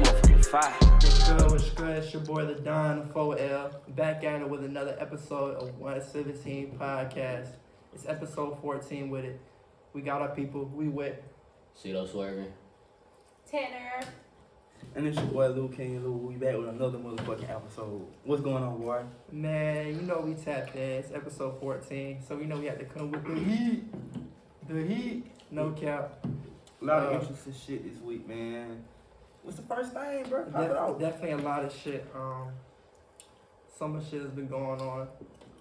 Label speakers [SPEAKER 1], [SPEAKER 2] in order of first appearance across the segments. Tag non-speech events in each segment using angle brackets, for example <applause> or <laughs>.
[SPEAKER 1] fire.
[SPEAKER 2] What's good? What's good? It's your boy, the Don 4L, back at it with another episode of 117 Podcast. It's episode 14 with it. We got our people. We wet.
[SPEAKER 3] Pseudo swerving.
[SPEAKER 4] Tanner.
[SPEAKER 5] And it's your boy Lou King and Lou. We back with another motherfucking episode. What's going on, boy?
[SPEAKER 2] Man, you know we tapped in. It's episode 14, so you know we had to come with the heat. The heat. No cap.
[SPEAKER 5] A lot
[SPEAKER 2] Uh,
[SPEAKER 5] of interesting shit this week, man. What's the first thing, bro? Pop it
[SPEAKER 2] Def-
[SPEAKER 5] off.
[SPEAKER 2] definitely a lot of shit. Um, some of the shit has been going on.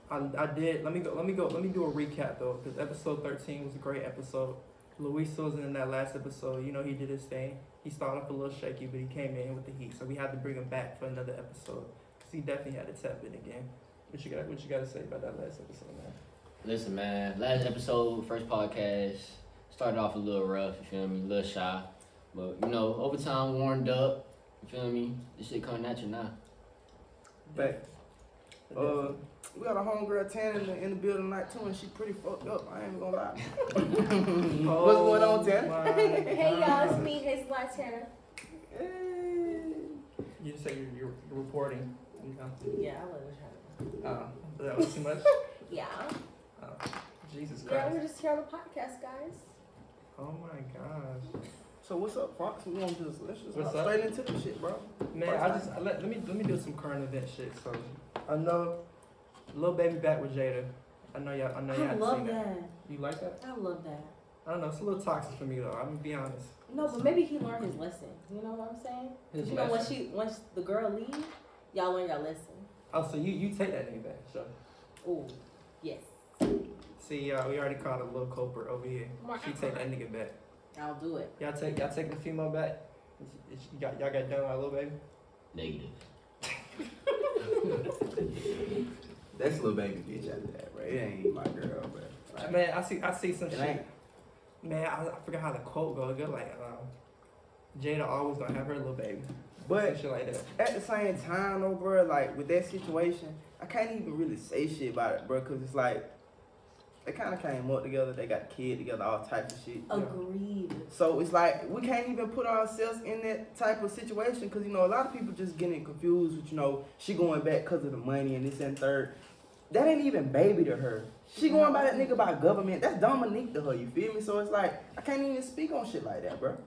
[SPEAKER 2] I, I did. Let me go. Let me go. Let me do a recap though, because episode thirteen was a great episode. Luis was in that last episode. You know he did his thing. He started off a little shaky, but he came in with the heat, so we had to bring him back for another episode. 'Cause he definitely had to tap in again. What you got? What you got to say about that last episode, man?
[SPEAKER 3] Listen, man. Last episode, first podcast, started off a little rough. You feel me? A little shy, but you know, over time, warmed up. You feel me? This shit coming at you now.
[SPEAKER 5] Back. Uh,
[SPEAKER 2] Definitely.
[SPEAKER 5] we got a homegirl Tanner in the, in the building tonight too, and she pretty fucked up. I ain't gonna <laughs> lie. what's going on, Tanner?
[SPEAKER 4] <laughs>
[SPEAKER 2] my
[SPEAKER 4] Hey y'all, it's
[SPEAKER 2] God.
[SPEAKER 4] me, Hazel Tanner.
[SPEAKER 5] Hey.
[SPEAKER 2] You say you're, you're reporting. You know,
[SPEAKER 4] Yeah, I love her.
[SPEAKER 6] Oh.
[SPEAKER 2] uh, that was
[SPEAKER 6] <laughs>
[SPEAKER 2] too much. Oh.
[SPEAKER 4] Yeah.
[SPEAKER 2] Jesus
[SPEAKER 4] Yeah,
[SPEAKER 2] Christ.
[SPEAKER 4] we're just here on the podcast, guys.
[SPEAKER 2] Oh my gosh.
[SPEAKER 5] So what's up, Fox? We gonna just let's just
[SPEAKER 2] What's
[SPEAKER 5] hop
[SPEAKER 2] up?
[SPEAKER 5] straight into the shit, bro.
[SPEAKER 2] Man, I just let, let me let me do some current event shit. So I know Lil Baby back with Jada. I know y'all I know y'all
[SPEAKER 6] I
[SPEAKER 2] haven't
[SPEAKER 6] love
[SPEAKER 2] seen that.
[SPEAKER 6] that.
[SPEAKER 2] You like that?
[SPEAKER 6] I love that.
[SPEAKER 2] I don't know, it's a little toxic for me though, I'm gonna be honest.
[SPEAKER 6] No, but maybe he learned his lesson. You know what I'm saying? 'Cause you know once she once the girl leaves, y'all learn your lesson.
[SPEAKER 2] Oh, so you, you take that name back, sure.
[SPEAKER 6] Ooh, yes,
[SPEAKER 2] See y'all, we already caught a little culprit over here. She take that nigga back.
[SPEAKER 6] I'll do it.
[SPEAKER 2] Y'all take y'all take the female back? Is- is- y'all, y'all got done by Lil Baby?
[SPEAKER 3] Negative.
[SPEAKER 5] That's little baby bitch out of that, bro. It ain't my girl, bro. Like,
[SPEAKER 2] Man, I see I see some
[SPEAKER 5] it
[SPEAKER 2] shit.
[SPEAKER 5] ain't.
[SPEAKER 2] Man, I, I forgot how the quote goes. It go like um, Jada always gonna have her little baby. <laughs>
[SPEAKER 5] But
[SPEAKER 2] Some shit like that.
[SPEAKER 5] At the same time, though, bro, like with that situation, I can't even really say shit about it, bro, because it's like they kind of came up together. They got a kid together, all types of shit.
[SPEAKER 2] Yeah.
[SPEAKER 6] Agreed.
[SPEAKER 5] So it's like we can't even put ourselves in that type of situation because you know a lot of people just getting confused with you know she going back because of the money and this and third. That ain't even baby to her. She going by that nigga by government. That's Dominique to her. You feel me? So it's like I can't even speak on shit like that, bro.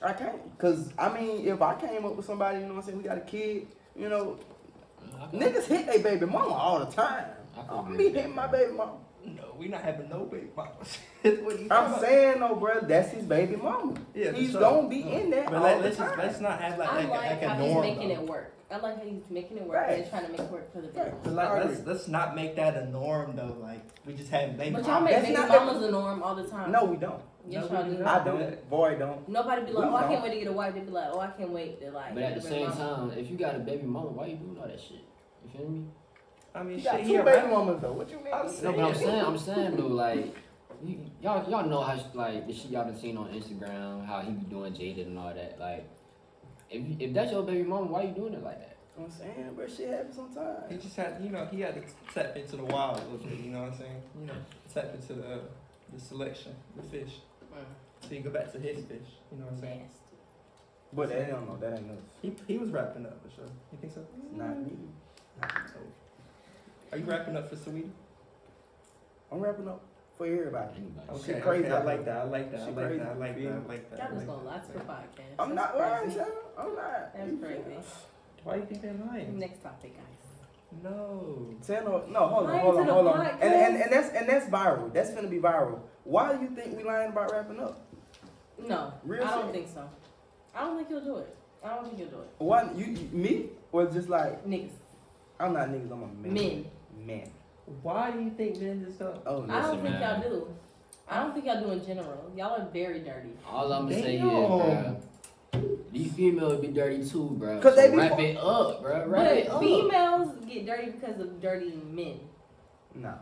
[SPEAKER 5] I can't, cause I mean, if I came up with somebody, you know what I'm saying? We got a kid, you know, Niggas hit they baby mama all the time.
[SPEAKER 3] I could
[SPEAKER 5] I'm
[SPEAKER 3] agree
[SPEAKER 5] be
[SPEAKER 3] with that,
[SPEAKER 5] hitting my
[SPEAKER 3] bro.
[SPEAKER 5] baby mama.
[SPEAKER 2] No, we not having no baby mamas. <laughs> what are you talking
[SPEAKER 5] I'm
[SPEAKER 2] about?
[SPEAKER 5] saying though, bro, that's his baby mama.
[SPEAKER 2] Yeah,
[SPEAKER 5] he's
[SPEAKER 2] so-
[SPEAKER 5] gonna be in that
[SPEAKER 2] But
[SPEAKER 5] all
[SPEAKER 2] let,
[SPEAKER 5] the
[SPEAKER 2] let's just
[SPEAKER 5] time.
[SPEAKER 2] let's not have like
[SPEAKER 6] I
[SPEAKER 2] like,
[SPEAKER 6] like
[SPEAKER 2] a, like
[SPEAKER 6] how
[SPEAKER 2] a
[SPEAKER 6] he's
[SPEAKER 2] norm.
[SPEAKER 6] making
[SPEAKER 2] though.
[SPEAKER 6] it work. I like how he's making it work.
[SPEAKER 5] Right.
[SPEAKER 6] They're trying to make it work for the
[SPEAKER 5] Right.
[SPEAKER 6] baby.
[SPEAKER 2] But like,
[SPEAKER 5] I agree.
[SPEAKER 2] let's let's not make that a norm though. Like we just having baby.
[SPEAKER 6] But y'all
[SPEAKER 2] mamas.
[SPEAKER 6] make
[SPEAKER 5] That's
[SPEAKER 6] baby
[SPEAKER 5] not the-
[SPEAKER 6] mamas the norm all the time.
[SPEAKER 5] no, we don't.
[SPEAKER 6] Yes,
[SPEAKER 2] No,
[SPEAKER 6] y'all
[SPEAKER 2] we
[SPEAKER 6] do.
[SPEAKER 2] do not.
[SPEAKER 5] I don't. Boy, don't.
[SPEAKER 6] Nobody be like,
[SPEAKER 5] We
[SPEAKER 6] oh, I
[SPEAKER 5] don't.
[SPEAKER 6] can't wait to get a wife. They be like, oh, I can't wait to like.
[SPEAKER 3] But at the
[SPEAKER 6] get a
[SPEAKER 3] same
[SPEAKER 6] mama.
[SPEAKER 3] time, if you got a baby mama, why you doing all that shit? You feel me?
[SPEAKER 2] I mean,
[SPEAKER 5] You got
[SPEAKER 2] shit,
[SPEAKER 5] two
[SPEAKER 2] he
[SPEAKER 5] baby
[SPEAKER 2] around.
[SPEAKER 5] mamas though. What you mean?
[SPEAKER 2] I'm
[SPEAKER 3] No, but I'm
[SPEAKER 2] Yeah.
[SPEAKER 3] saying, I'm saying, dude, like, you, y'all, y'all know how, she- like, the shit y'all been seeing on Instagram, how he be doing jaded and all that. Like, if you- if that's your baby mama, why you doing it like that?
[SPEAKER 5] I'm saying, bro, shit happens
[SPEAKER 2] He
[SPEAKER 5] sometimes.
[SPEAKER 2] just had you know he had to tap into the wild a little bit. You know what I'm saying? You know, tap into the uh, the selection, the fish. So you go back to his fish. You know what I'm saying?
[SPEAKER 6] Nasty.
[SPEAKER 5] But that don't know. That ain't us.
[SPEAKER 2] He he was wrapping up for sure. You think so?
[SPEAKER 5] It's not me.
[SPEAKER 2] Are you wrapping up for Sweetie?
[SPEAKER 5] I'm wrapping up for everybody.
[SPEAKER 3] Anybody.
[SPEAKER 5] She crazy.
[SPEAKER 2] I like that. I like that. I
[SPEAKER 5] She
[SPEAKER 2] like
[SPEAKER 5] crazy.
[SPEAKER 2] that. I like that. I like that. I
[SPEAKER 6] That was
[SPEAKER 2] like
[SPEAKER 6] gonna
[SPEAKER 2] that.
[SPEAKER 6] last for podcast. That's
[SPEAKER 5] I'm not lying,
[SPEAKER 6] crazy.
[SPEAKER 5] son. I'm not.
[SPEAKER 6] That's crazy.
[SPEAKER 2] Why you think they're lying?
[SPEAKER 6] Next topic, guys.
[SPEAKER 2] No.
[SPEAKER 5] Tell no, no, hold on,
[SPEAKER 6] Lying
[SPEAKER 5] hold
[SPEAKER 6] to
[SPEAKER 5] on,
[SPEAKER 6] the
[SPEAKER 5] hold on.
[SPEAKER 6] pod,
[SPEAKER 5] And, and and that's and that's viral. That's gonna be viral. Why do you think we lying about wrapping up?
[SPEAKER 6] No,
[SPEAKER 5] Real
[SPEAKER 6] I don't
[SPEAKER 5] shit.
[SPEAKER 6] think so. I don't think he'll do it. I don't think he'll do it.
[SPEAKER 5] One, you, you- me or just like
[SPEAKER 6] Niggas,
[SPEAKER 5] I'm not niggas. I'm a man.
[SPEAKER 6] men.
[SPEAKER 5] Man.
[SPEAKER 2] Why do you think men just don't?
[SPEAKER 5] Oh
[SPEAKER 6] I
[SPEAKER 5] no.
[SPEAKER 3] Listen,
[SPEAKER 6] don't think
[SPEAKER 3] man.
[SPEAKER 6] y'all do. I don't think y'all do in general. Y'all are very dirty.
[SPEAKER 3] All I'm gonna say is,
[SPEAKER 2] Damn.
[SPEAKER 3] bruh, these females be dirty too, bruh.
[SPEAKER 5] 'Cause they
[SPEAKER 3] So
[SPEAKER 5] be
[SPEAKER 3] wrap
[SPEAKER 5] fu-
[SPEAKER 3] it up, bruh. Wrap it
[SPEAKER 5] oh.
[SPEAKER 6] But
[SPEAKER 3] up.
[SPEAKER 6] females get dirty because of dirty men.
[SPEAKER 5] Nah.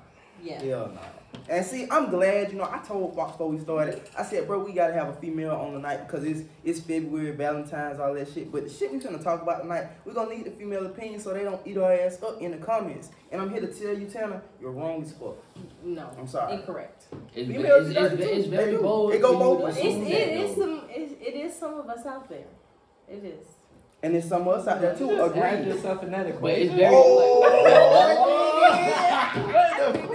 [SPEAKER 6] Yeah.
[SPEAKER 5] Hell no. And see, I'm glad, you know, I told Fox before we started, I said, bro, we gotta have a female on the night because it's it's February, Valentine's, all that shit. But the shit we gonna talk about tonight, we're gonna need the female opinion so they don't eat our ass up in the comments. And I'm here to tell you, Tanner, you're wrong as fuck.
[SPEAKER 6] No.
[SPEAKER 5] I'm sorry.
[SPEAKER 6] Incorrect.
[SPEAKER 3] It's,
[SPEAKER 5] Females
[SPEAKER 3] it's,
[SPEAKER 5] be
[SPEAKER 3] it's,
[SPEAKER 5] dirty too.
[SPEAKER 3] it's
[SPEAKER 5] They
[SPEAKER 3] very
[SPEAKER 5] do.
[SPEAKER 3] bold.
[SPEAKER 5] It go
[SPEAKER 3] for you
[SPEAKER 5] both
[SPEAKER 3] to
[SPEAKER 5] ways.
[SPEAKER 6] It's,
[SPEAKER 3] assume
[SPEAKER 6] it
[SPEAKER 3] that,
[SPEAKER 6] is
[SPEAKER 3] though.
[SPEAKER 6] some. It, it is some of us out there. It is.
[SPEAKER 5] And there's someone else out there too. Oh!
[SPEAKER 2] Just add
[SPEAKER 5] Agreed.
[SPEAKER 2] yourself in that
[SPEAKER 3] But it's
[SPEAKER 2] equation.
[SPEAKER 3] very
[SPEAKER 5] What the fuck?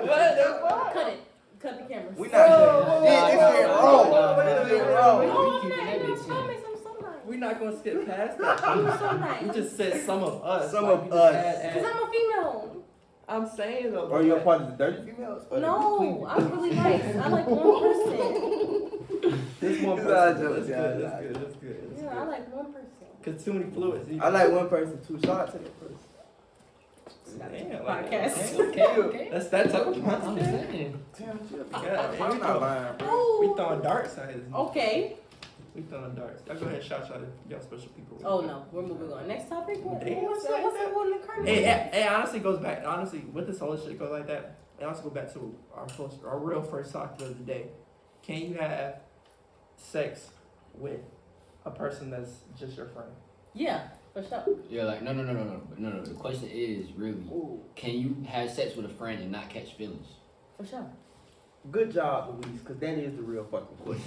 [SPEAKER 3] What the
[SPEAKER 6] Cut it. Cut the cameras.
[SPEAKER 5] We not
[SPEAKER 2] Whoa,
[SPEAKER 5] doing that.
[SPEAKER 2] whoa,
[SPEAKER 5] This shit
[SPEAKER 2] whoa,
[SPEAKER 5] wrong.
[SPEAKER 3] whoa, whoa,
[SPEAKER 5] This shit
[SPEAKER 2] whoa,
[SPEAKER 5] wrong.
[SPEAKER 6] No, I'm
[SPEAKER 3] keeping
[SPEAKER 6] not in those
[SPEAKER 3] everything.
[SPEAKER 6] comments. I'm so nice.
[SPEAKER 2] We're not gonna skip past that.
[SPEAKER 6] I'm so nice.
[SPEAKER 2] You just said some of us.
[SPEAKER 5] Some
[SPEAKER 2] like,
[SPEAKER 5] of
[SPEAKER 2] you just
[SPEAKER 5] us.
[SPEAKER 2] add-
[SPEAKER 6] Cause
[SPEAKER 2] add-
[SPEAKER 6] I'm a female.
[SPEAKER 2] I'm saying though.
[SPEAKER 5] Are you a
[SPEAKER 2] like,
[SPEAKER 5] part of the dirty females? or the
[SPEAKER 6] No,
[SPEAKER 5] Oh, clean
[SPEAKER 6] I'm really nice. I like one
[SPEAKER 2] This
[SPEAKER 6] person.
[SPEAKER 2] one
[SPEAKER 5] It's
[SPEAKER 2] person.
[SPEAKER 5] all
[SPEAKER 2] That's good.
[SPEAKER 5] jokes, y'all, it's
[SPEAKER 2] That's
[SPEAKER 5] all
[SPEAKER 2] good. That's good. That's
[SPEAKER 6] Yeah, I
[SPEAKER 2] good.
[SPEAKER 6] like one person.
[SPEAKER 2] Cause too many fluids. you-
[SPEAKER 5] people? I like one person too. Shout out to that person.
[SPEAKER 2] Damn, like,
[SPEAKER 6] Podcast.
[SPEAKER 2] Okay, okay, okay. That's that type of
[SPEAKER 3] I'm
[SPEAKER 2] podcast.
[SPEAKER 3] saying.
[SPEAKER 5] Damn, she a
[SPEAKER 2] God,
[SPEAKER 5] I'm
[SPEAKER 2] man,
[SPEAKER 5] not lying,
[SPEAKER 2] we,
[SPEAKER 5] bro.
[SPEAKER 2] throw, we
[SPEAKER 6] Oh.
[SPEAKER 2] throwing darts at his.
[SPEAKER 6] Okay.
[SPEAKER 2] We throwing darts. Y'all go ahead and shout y'all, y'all special people. real
[SPEAKER 6] Oh
[SPEAKER 2] quick.
[SPEAKER 6] no, we're moving on. Next topic. What,
[SPEAKER 2] Damn,
[SPEAKER 6] what's
[SPEAKER 2] say
[SPEAKER 6] that? What's
[SPEAKER 2] that.
[SPEAKER 6] that one in the curtain?
[SPEAKER 2] It, it, it honestly goes back. Honestly, with this whole shit go like that, it also go back to our first, our real first topic of the day. Can you have sex with a person that's just your friend?
[SPEAKER 6] Yeah, for sure.
[SPEAKER 3] Yeah, like no, no, no, no, no, no, no. The question is really,
[SPEAKER 6] Ooh,
[SPEAKER 3] can you have sex with a friend and not catch feelings?
[SPEAKER 6] for sure.
[SPEAKER 5] Good job, Louise, because that is the real fucking question.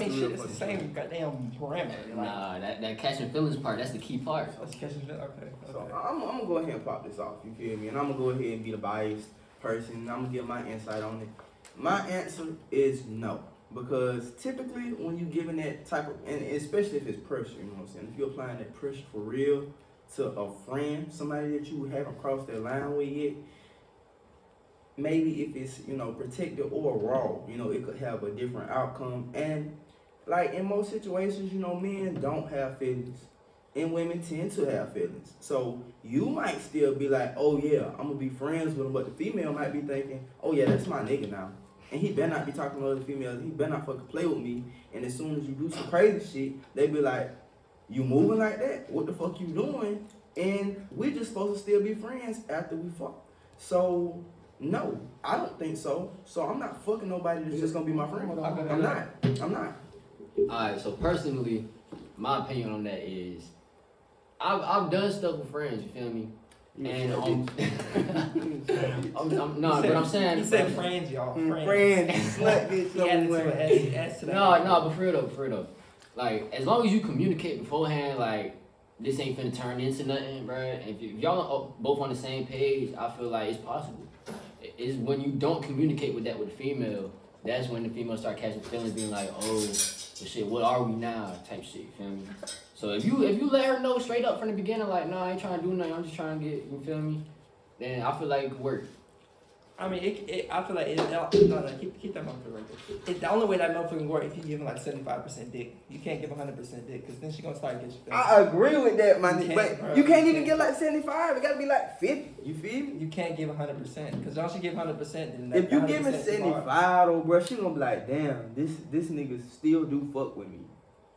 [SPEAKER 2] <laughs> I mean,
[SPEAKER 5] the real
[SPEAKER 2] shit, it's the
[SPEAKER 5] fucking
[SPEAKER 2] same goddamn grammar. Like,
[SPEAKER 3] Nah, that, that catching feelings part, that's the key part.
[SPEAKER 2] Let's catch it. Okay.
[SPEAKER 5] So
[SPEAKER 2] okay.
[SPEAKER 5] I'm, I'm gonna go ahead and pop this off. You feel me? And I'm gonna go ahead and be the biased person. And I'm gonna give my insight on it. My answer is no, because typically when you're giving that type of, and especially if it's pressure, you know what I'm saying. If you're applying that pressure for real to a friend, somebody that you haven't crossed that line with yet. Maybe if it's you know protected or raw, you know it could have a different outcome. And like in most situations, you know men don't have feelings and women tend to have feelings. So you might still be like, oh yeah, I'm gonna be friends with him, but the female might be thinking, oh yeah, that's my nigga now. And he better not be talking to other females. He better not fucking play with me. And as soon as you do some crazy shit, they be like, you moving like that? What the fuck you doing? And we're just supposed to still be friends after we fuck. So no, I don't think so. So I'm not fucking nobody that's just gonna be my friend. I'm not. I'm not.
[SPEAKER 3] Alright, so personally, my opinion on that is, I've I've done stuff with friends. You feel me? And um, <laughs> I'm, I'm, no, but I'm saying
[SPEAKER 2] He said friends, y'all. Friends.
[SPEAKER 5] Mm, friends, slut
[SPEAKER 2] <laughs>
[SPEAKER 5] bitch,
[SPEAKER 2] He added to an
[SPEAKER 5] somewhere.
[SPEAKER 2] S, S to that.
[SPEAKER 3] No, no, but for real though, for real though. Like, as long as you communicate beforehand, like, this ain't finna turn into nothing, bruh. If, y- if y'all are both on the same page, I feel like it's possible. I- It's when you don't communicate with that with the female, that's when the female start catching feelings, being like, oh, but shit, what are we now? Type shit, you feel me? So if you if you let her know straight up from the beginning, like, nah, I ain't trying to do nothing, I'm just trying to get, you feel me? Then I feel like it could work.
[SPEAKER 2] I mean, it, it, I feel like it, it, no, no, keep, keep that motherfucker right there. It, the only way that motherfucker can work if you give him like 75% dick. You can't give 100% dick because then she gonna start getting you.
[SPEAKER 5] I agree with that, my
[SPEAKER 2] You
[SPEAKER 5] nigga.
[SPEAKER 2] can't,
[SPEAKER 5] But
[SPEAKER 2] bro.
[SPEAKER 5] you can't
[SPEAKER 2] You
[SPEAKER 5] even
[SPEAKER 2] can't.
[SPEAKER 5] get like 75. It gotta be like 50. You feel me?
[SPEAKER 2] You can't give 100% because y'all should give 100% then that
[SPEAKER 5] If you give her
[SPEAKER 2] 100% is hard.
[SPEAKER 5] 75, oh, bro, she gonna be like, damn, this this nigga still do fuck with me.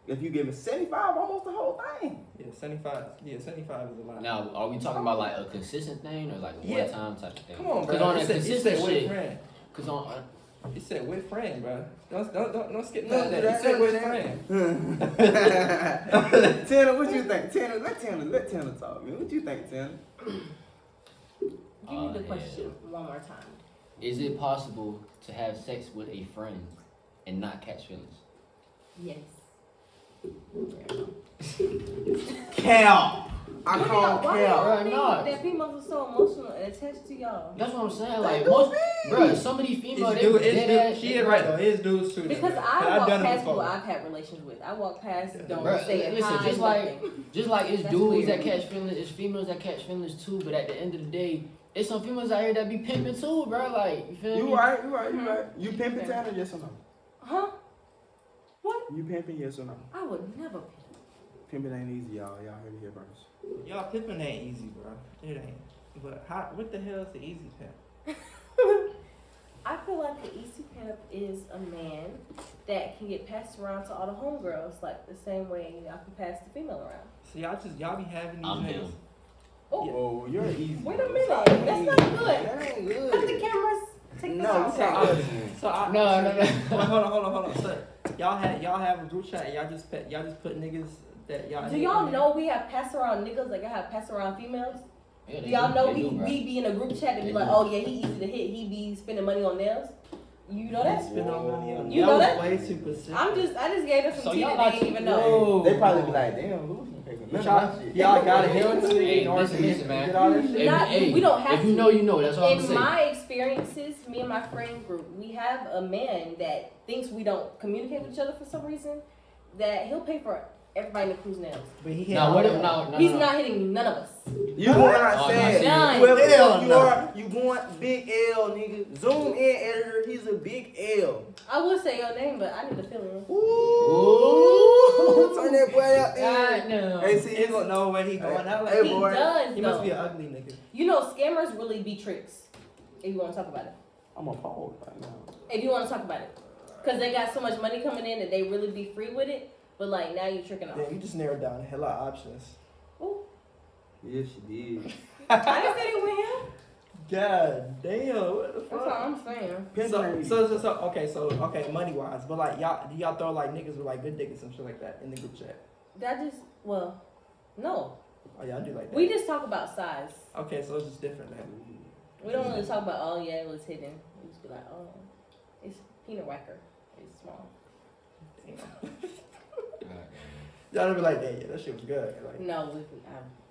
[SPEAKER 5] If you give her 75, almost the whole
[SPEAKER 2] <laughs>
[SPEAKER 5] thing.
[SPEAKER 2] Yeah, 75. Yeah, 75 is a lot.
[SPEAKER 3] Now, are we talking about like a consistent thing or like
[SPEAKER 2] Yeah.
[SPEAKER 3] one time type of thing?
[SPEAKER 2] Come on, bro.
[SPEAKER 3] Because on
[SPEAKER 2] It
[SPEAKER 3] a
[SPEAKER 2] said- it
[SPEAKER 3] consistent
[SPEAKER 2] said with
[SPEAKER 3] shit,
[SPEAKER 2] friend.
[SPEAKER 3] because on
[SPEAKER 2] It said with friend, bro. Don't, don't, don't, don't skip
[SPEAKER 5] Don't
[SPEAKER 2] none of that.
[SPEAKER 5] do that,
[SPEAKER 2] It said
[SPEAKER 5] don't
[SPEAKER 2] with
[SPEAKER 5] do that.
[SPEAKER 2] friend.
[SPEAKER 5] Tanner, what you think? Tanner, let Tanner, let Tanner talk, man. What you think, Tanner?
[SPEAKER 6] Give me
[SPEAKER 3] Oh,
[SPEAKER 6] the
[SPEAKER 3] yeah.
[SPEAKER 6] question one more time.
[SPEAKER 3] Is it possible to have sex with a friend and not catch feelings?
[SPEAKER 6] Yes.
[SPEAKER 5] Cal. I
[SPEAKER 6] Why
[SPEAKER 5] call
[SPEAKER 6] y'all- why
[SPEAKER 5] Cal.
[SPEAKER 6] y'all
[SPEAKER 3] Bruh,
[SPEAKER 6] think
[SPEAKER 3] nah.
[SPEAKER 6] That females are so emotional and attached to y'all.
[SPEAKER 3] That's what I'm saying.
[SPEAKER 5] That
[SPEAKER 3] Like
[SPEAKER 5] do
[SPEAKER 3] most,
[SPEAKER 5] me.
[SPEAKER 3] bro, some of these females,
[SPEAKER 2] It's
[SPEAKER 3] they
[SPEAKER 2] dude,
[SPEAKER 3] dead
[SPEAKER 2] it's
[SPEAKER 3] ass.
[SPEAKER 2] dude. She is right though. It's dudes too. though,
[SPEAKER 6] Because
[SPEAKER 2] bro.
[SPEAKER 6] I
[SPEAKER 2] I've
[SPEAKER 6] walk
[SPEAKER 2] done it
[SPEAKER 6] past people
[SPEAKER 2] before.
[SPEAKER 6] I've had relations with. I walk past, don't
[SPEAKER 3] Bruh,
[SPEAKER 6] say
[SPEAKER 3] listen,
[SPEAKER 6] hi,
[SPEAKER 3] just like-
[SPEAKER 6] nothing.
[SPEAKER 3] Just like it's
[SPEAKER 6] That's
[SPEAKER 3] dudes
[SPEAKER 6] weird.
[SPEAKER 3] that catch feelings, it's females that catch feelings too. But at the end of the day, it's some females out here that be pimping too, bro. Like you feel me?
[SPEAKER 5] You right, you right, you right.
[SPEAKER 6] Mm-hmm.
[SPEAKER 5] You pimping Tanner, yes or no?
[SPEAKER 6] Huh? What?
[SPEAKER 5] You pimping, yes or no?
[SPEAKER 6] I would never. pay.
[SPEAKER 5] Pimping ain't easy, y'all. Y'all heard it here first.
[SPEAKER 2] Y'all pimping ain't easy, bro. It ain't. But how, what the hell is the easy pimp?
[SPEAKER 6] I feel like the easy pimp is a man that can get passed around to all the homegirls like the same way I can pass the female around.
[SPEAKER 2] So y'all just y'all be having these
[SPEAKER 3] I'm
[SPEAKER 2] niggas.
[SPEAKER 3] him.
[SPEAKER 6] Oh,
[SPEAKER 5] Oh, you're easy.
[SPEAKER 6] wait a minute. That's not good.
[SPEAKER 5] That ain't
[SPEAKER 6] Cut the
[SPEAKER 5] good.
[SPEAKER 6] cameras. Take this
[SPEAKER 5] No,
[SPEAKER 6] off.
[SPEAKER 5] we talk other
[SPEAKER 2] So I
[SPEAKER 3] No, no,
[SPEAKER 2] <laughs>
[SPEAKER 3] no.
[SPEAKER 2] Hold on, hold on, hold on, hold on. So y'all had y'all have a group chat. and Y'all just pet, y'all just put niggas that y'all.
[SPEAKER 6] Do
[SPEAKER 2] hate
[SPEAKER 6] y'all
[SPEAKER 2] in
[SPEAKER 6] know we have pass around niggas like I have pass around females?
[SPEAKER 3] Yeah,
[SPEAKER 6] Do
[SPEAKER 3] they
[SPEAKER 6] y'all
[SPEAKER 3] do-
[SPEAKER 6] know
[SPEAKER 3] they
[SPEAKER 6] we,
[SPEAKER 3] do, bruh.
[SPEAKER 6] we be in a group chat and
[SPEAKER 3] They
[SPEAKER 6] be like,
[SPEAKER 3] do.
[SPEAKER 6] oh yeah, he easy to hit, he be spending money on nails? You know that.
[SPEAKER 2] Spend no money on
[SPEAKER 6] You know
[SPEAKER 2] was
[SPEAKER 6] that?
[SPEAKER 2] way too specific.
[SPEAKER 6] I'm just, I just gave them some
[SPEAKER 3] So
[SPEAKER 6] tea
[SPEAKER 3] y'all
[SPEAKER 6] that
[SPEAKER 3] not
[SPEAKER 6] they didn't even know.
[SPEAKER 3] know.
[SPEAKER 5] They probably be like, damn, Louis ain't pay for none of that shit.
[SPEAKER 2] y'all gotta help
[SPEAKER 3] Hey,
[SPEAKER 2] me.
[SPEAKER 3] listen, listen, man.
[SPEAKER 5] Get all that shit.
[SPEAKER 3] If-
[SPEAKER 6] Not-
[SPEAKER 3] hey,
[SPEAKER 6] we don't have
[SPEAKER 3] If you
[SPEAKER 6] to.
[SPEAKER 3] know, you know. That's all I'm
[SPEAKER 6] In
[SPEAKER 3] saying.
[SPEAKER 6] my experiences, me and my friend group, we have a man that thinks we don't communicate with each other for some reason. That he'll pay for everybody in the crew's nails.
[SPEAKER 2] But he had
[SPEAKER 3] Now
[SPEAKER 2] all
[SPEAKER 3] what? If,
[SPEAKER 2] that.
[SPEAKER 3] no, no,
[SPEAKER 6] He's
[SPEAKER 3] no.
[SPEAKER 6] not hitting none of us.
[SPEAKER 5] You going
[SPEAKER 3] Oh,
[SPEAKER 5] outside.
[SPEAKER 6] None.
[SPEAKER 5] Whoever the
[SPEAKER 2] Hell
[SPEAKER 5] fuck you
[SPEAKER 2] no.
[SPEAKER 5] are, you going big L, nigga. Zoom in, editor. He's a big L.
[SPEAKER 6] I would say your name, but I need to fill in.
[SPEAKER 5] Ooh, turn that boy out there.
[SPEAKER 3] God no.
[SPEAKER 5] Hey, see,
[SPEAKER 2] He
[SPEAKER 5] he's
[SPEAKER 2] don't
[SPEAKER 5] gonna.
[SPEAKER 2] know where he going out like
[SPEAKER 5] Hey,
[SPEAKER 6] he
[SPEAKER 5] boy.
[SPEAKER 6] does
[SPEAKER 2] He
[SPEAKER 6] though.
[SPEAKER 2] must be an ugly nigga.
[SPEAKER 6] you know, scammers really be tricks. If you want to talk about it,
[SPEAKER 5] I'm appalled right now.
[SPEAKER 6] if you want to talk about it, because they got so much money coming in that they really be free with it. But like now you're tricking off.
[SPEAKER 2] Yeah, you just narrowed down a hell of options.
[SPEAKER 5] Yeah, she did.
[SPEAKER 6] I didn't say they went him.
[SPEAKER 2] God damn, what the
[SPEAKER 6] That's all
[SPEAKER 2] fuck?
[SPEAKER 6] I'm saying.
[SPEAKER 2] So, so, so, so, okay, so, okay, money wise, but like, y'all, do y'all throw like niggas with like good niggas and shit like that in the group chat?
[SPEAKER 6] That just well, no.
[SPEAKER 2] Oh, y'all do like that?
[SPEAKER 6] We just talk about size.
[SPEAKER 2] okay, so it's just different now.
[SPEAKER 6] We don't really talk about oh yeah it was hidden. We just be like oh it's peanut whacker. It's small.
[SPEAKER 2] Damn.
[SPEAKER 3] <laughs>
[SPEAKER 2] Y'all don't be like, damn, yeah, that shit was good. Like,
[SPEAKER 6] No, we, um,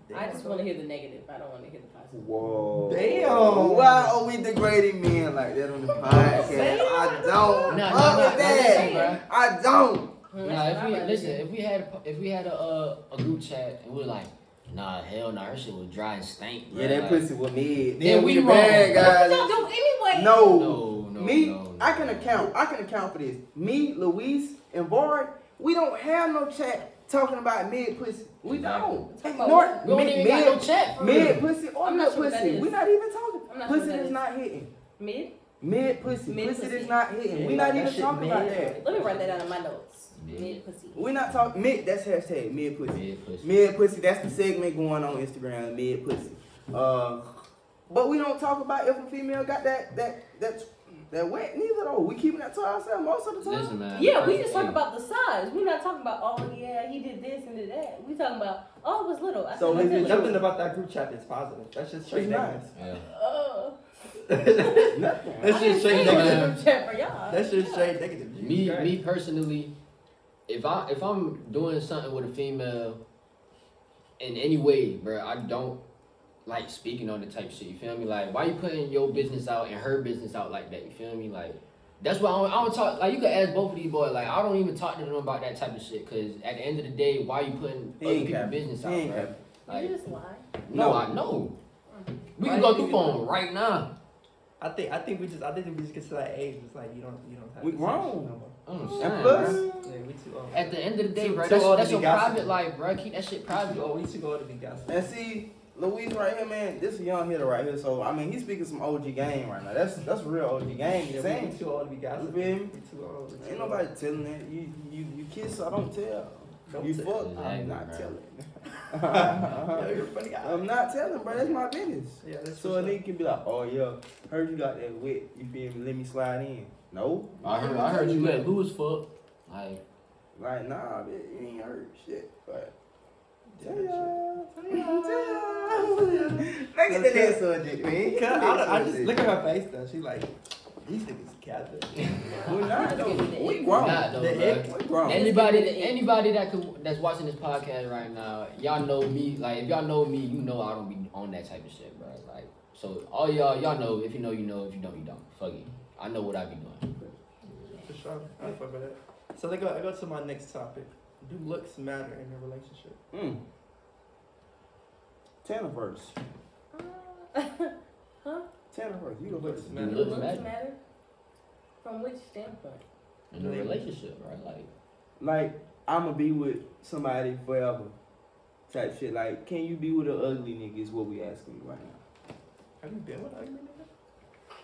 [SPEAKER 2] damn,
[SPEAKER 6] I, I just want to hear the negative. I don't want to hear the positive.
[SPEAKER 5] Whoa.
[SPEAKER 2] Damn.
[SPEAKER 5] Why are we degrading men like that on the podcast? I
[SPEAKER 3] No,
[SPEAKER 5] don't.
[SPEAKER 3] no,
[SPEAKER 5] fuck
[SPEAKER 3] no,
[SPEAKER 5] with
[SPEAKER 3] no,
[SPEAKER 5] that.
[SPEAKER 3] listen, bruh.
[SPEAKER 5] I don't.
[SPEAKER 6] Mm, that's
[SPEAKER 3] Nah, if we
[SPEAKER 6] what I
[SPEAKER 3] listen,
[SPEAKER 6] like.
[SPEAKER 3] if we had if we had a uh, a group chat and we are like, nah, hell nah, her shit was dry and stank.
[SPEAKER 5] Yeah,
[SPEAKER 3] bruh,
[SPEAKER 5] that
[SPEAKER 3] like,
[SPEAKER 5] pussy was me.
[SPEAKER 3] Yeah,
[SPEAKER 5] Then
[SPEAKER 3] we
[SPEAKER 5] we the
[SPEAKER 3] wrong.
[SPEAKER 5] bad
[SPEAKER 6] But y'all
[SPEAKER 5] guys.
[SPEAKER 6] do anyway.
[SPEAKER 5] No.
[SPEAKER 3] No, no,
[SPEAKER 5] me,
[SPEAKER 3] no, no.
[SPEAKER 5] I can account. I can account for this. Me, Luis, and Vard, we don't have no chat talking about mid pussy. We don't.
[SPEAKER 6] Talk about
[SPEAKER 5] Ignore
[SPEAKER 6] what?
[SPEAKER 3] We don't
[SPEAKER 5] mid,
[SPEAKER 3] even got no
[SPEAKER 5] mid,
[SPEAKER 3] chat. for real.
[SPEAKER 5] mid pussy or
[SPEAKER 6] I'm not
[SPEAKER 5] nut
[SPEAKER 6] sure what that
[SPEAKER 5] pussy.
[SPEAKER 6] is.
[SPEAKER 5] We're not even
[SPEAKER 6] I'm
[SPEAKER 5] talking.
[SPEAKER 6] not sure
[SPEAKER 5] pussy
[SPEAKER 6] what that
[SPEAKER 5] that's
[SPEAKER 6] is.
[SPEAKER 5] not hitting.
[SPEAKER 6] Mid.
[SPEAKER 5] Mid pussy.
[SPEAKER 6] Mid
[SPEAKER 5] pussy that's
[SPEAKER 6] pussy.
[SPEAKER 5] not hitting.
[SPEAKER 2] Yeah,
[SPEAKER 5] We're not
[SPEAKER 2] that
[SPEAKER 5] even
[SPEAKER 2] shit
[SPEAKER 5] talking about
[SPEAKER 2] mid.
[SPEAKER 5] that.
[SPEAKER 6] Let me write that down in my notes.
[SPEAKER 3] Mid.
[SPEAKER 6] Mid pussy.
[SPEAKER 5] We're not talking mid. That's hashtag mid pussy.
[SPEAKER 3] Mid pussy.
[SPEAKER 5] Mid pussy. That's the segment going on Instagram. Mid pussy. Uh, but we don't talk about if a female got that that that's that wet neither though. We keeping that to ourselves most of the time.
[SPEAKER 3] Listen, man.
[SPEAKER 6] Yeah, we just talk
[SPEAKER 3] Hey,
[SPEAKER 6] about the size. We're not talking about oh yeah he did this and did that. We talking about oh it was little. I
[SPEAKER 5] So
[SPEAKER 6] said, "That's
[SPEAKER 5] is it just-
[SPEAKER 6] little."
[SPEAKER 2] Nothing about that group chat is positive. That's just straight
[SPEAKER 5] It's not.
[SPEAKER 2] negative.
[SPEAKER 3] Yeah.
[SPEAKER 6] Oh.
[SPEAKER 5] Nothing.
[SPEAKER 2] That's
[SPEAKER 6] I
[SPEAKER 2] just
[SPEAKER 6] didn't
[SPEAKER 2] straight
[SPEAKER 6] say it was
[SPEAKER 2] negative.
[SPEAKER 6] a group chat for
[SPEAKER 2] <laughs>
[SPEAKER 6] y'all.
[SPEAKER 2] That's just
[SPEAKER 6] Yeah.
[SPEAKER 2] straight negative. Jesus
[SPEAKER 3] Me,
[SPEAKER 2] Christ.
[SPEAKER 3] me personally, if I if I'm doing something with a female in any way, bro, I don't like speaking on the type shit. You feel me? Like, why you putting your business out and her business out like that? You feel me? Like, that's why I don't, I don't talk. Like, you could ask both of these boys. Like, I don't even talk to them about that type of shit. Cause at the end of the day, why you putting
[SPEAKER 5] He
[SPEAKER 3] other
[SPEAKER 5] ain't
[SPEAKER 3] people's
[SPEAKER 5] capping.
[SPEAKER 3] business
[SPEAKER 5] He
[SPEAKER 3] out,
[SPEAKER 5] ain't
[SPEAKER 3] bro?
[SPEAKER 5] capping.
[SPEAKER 3] Like,
[SPEAKER 6] You just lie.
[SPEAKER 3] no,
[SPEAKER 5] No.
[SPEAKER 3] I know.
[SPEAKER 2] Why
[SPEAKER 3] We can
[SPEAKER 2] you
[SPEAKER 3] go through
[SPEAKER 2] think you
[SPEAKER 3] phone right now.
[SPEAKER 2] I think I think we just I think we just get to that age. It's like you don't you don't have
[SPEAKER 5] We
[SPEAKER 2] this
[SPEAKER 5] grown.
[SPEAKER 2] shit no more.
[SPEAKER 3] I'm
[SPEAKER 5] And
[SPEAKER 3] saying,
[SPEAKER 5] plus-
[SPEAKER 3] bruh.
[SPEAKER 2] Yeah, we too old.
[SPEAKER 3] At the end of the day,
[SPEAKER 2] Too-
[SPEAKER 3] bro,
[SPEAKER 2] too
[SPEAKER 3] that's,
[SPEAKER 2] old to
[SPEAKER 3] that's
[SPEAKER 2] be
[SPEAKER 3] your
[SPEAKER 2] gossiping.
[SPEAKER 3] private life, bro. Keep that shit private.
[SPEAKER 2] Oh, we too old to be gossiping.
[SPEAKER 5] And see, Luis right here, man, this a young hitter right here. So I mean he's speaking some OG game right now. That's that's real OG game. He's
[SPEAKER 2] Yeah, we, we
[SPEAKER 5] saying
[SPEAKER 2] too old to be gossiping.
[SPEAKER 5] You feel me?
[SPEAKER 2] We too old. we too
[SPEAKER 5] ain't
[SPEAKER 2] old.
[SPEAKER 5] nobody telling it. You you you kiss, I don't tell.
[SPEAKER 2] Don't
[SPEAKER 5] you
[SPEAKER 2] tell-
[SPEAKER 5] fuck,
[SPEAKER 3] Exactly,
[SPEAKER 5] I'm not
[SPEAKER 3] bro.
[SPEAKER 2] <laughs> Yo,
[SPEAKER 5] telling.
[SPEAKER 2] you're a funny guy.
[SPEAKER 5] I'm not telling, bro. That's my business.
[SPEAKER 2] yeah, that's
[SPEAKER 5] So a nigga can be like, oh yeah, heard you got that wit. You feel me? Let me slide in. No,
[SPEAKER 3] I heard, I heard you let Lewis fuck. Like,
[SPEAKER 5] like nah, bitch, you ain't heard shit. But
[SPEAKER 2] Yeah,
[SPEAKER 5] tell
[SPEAKER 2] that shit.
[SPEAKER 5] ya, tell ya, tell ya. Look at the next subject, man.
[SPEAKER 2] Cause I, don't- I just look at her face though. She like these niggas gathered.
[SPEAKER 5] <laughs> We're not though. We
[SPEAKER 3] We're
[SPEAKER 5] grown.
[SPEAKER 3] not though,
[SPEAKER 2] The
[SPEAKER 3] bruh.
[SPEAKER 2] heck?
[SPEAKER 5] We grown.
[SPEAKER 3] Anybody, anybody that could, that's watching this podcast right now, y'all know me. Like, if y'all know me, you know I don't be on that type of shit, bro. Like, so all y'all, y'all know. If you know, you know. If you don't, you don't. Fuck it. I know what I be doing.
[SPEAKER 2] For sure. I don't fuck with that. So they go. I go to my next topic. Do looks matter in a relationship?
[SPEAKER 5] Mm. Tanner first.
[SPEAKER 6] <laughs>
[SPEAKER 5] Tanner first. You the first.
[SPEAKER 2] Looks matter.
[SPEAKER 3] Looks
[SPEAKER 6] Looks
[SPEAKER 3] matter.
[SPEAKER 6] matter. From which standpoint?
[SPEAKER 3] In a relationship, right? Like,
[SPEAKER 5] Like I'ma be with somebody forever. Type shit. Like, can you be with an ugly nigga? Is what we asking you right now.
[SPEAKER 2] Have you been with an ugly nigga?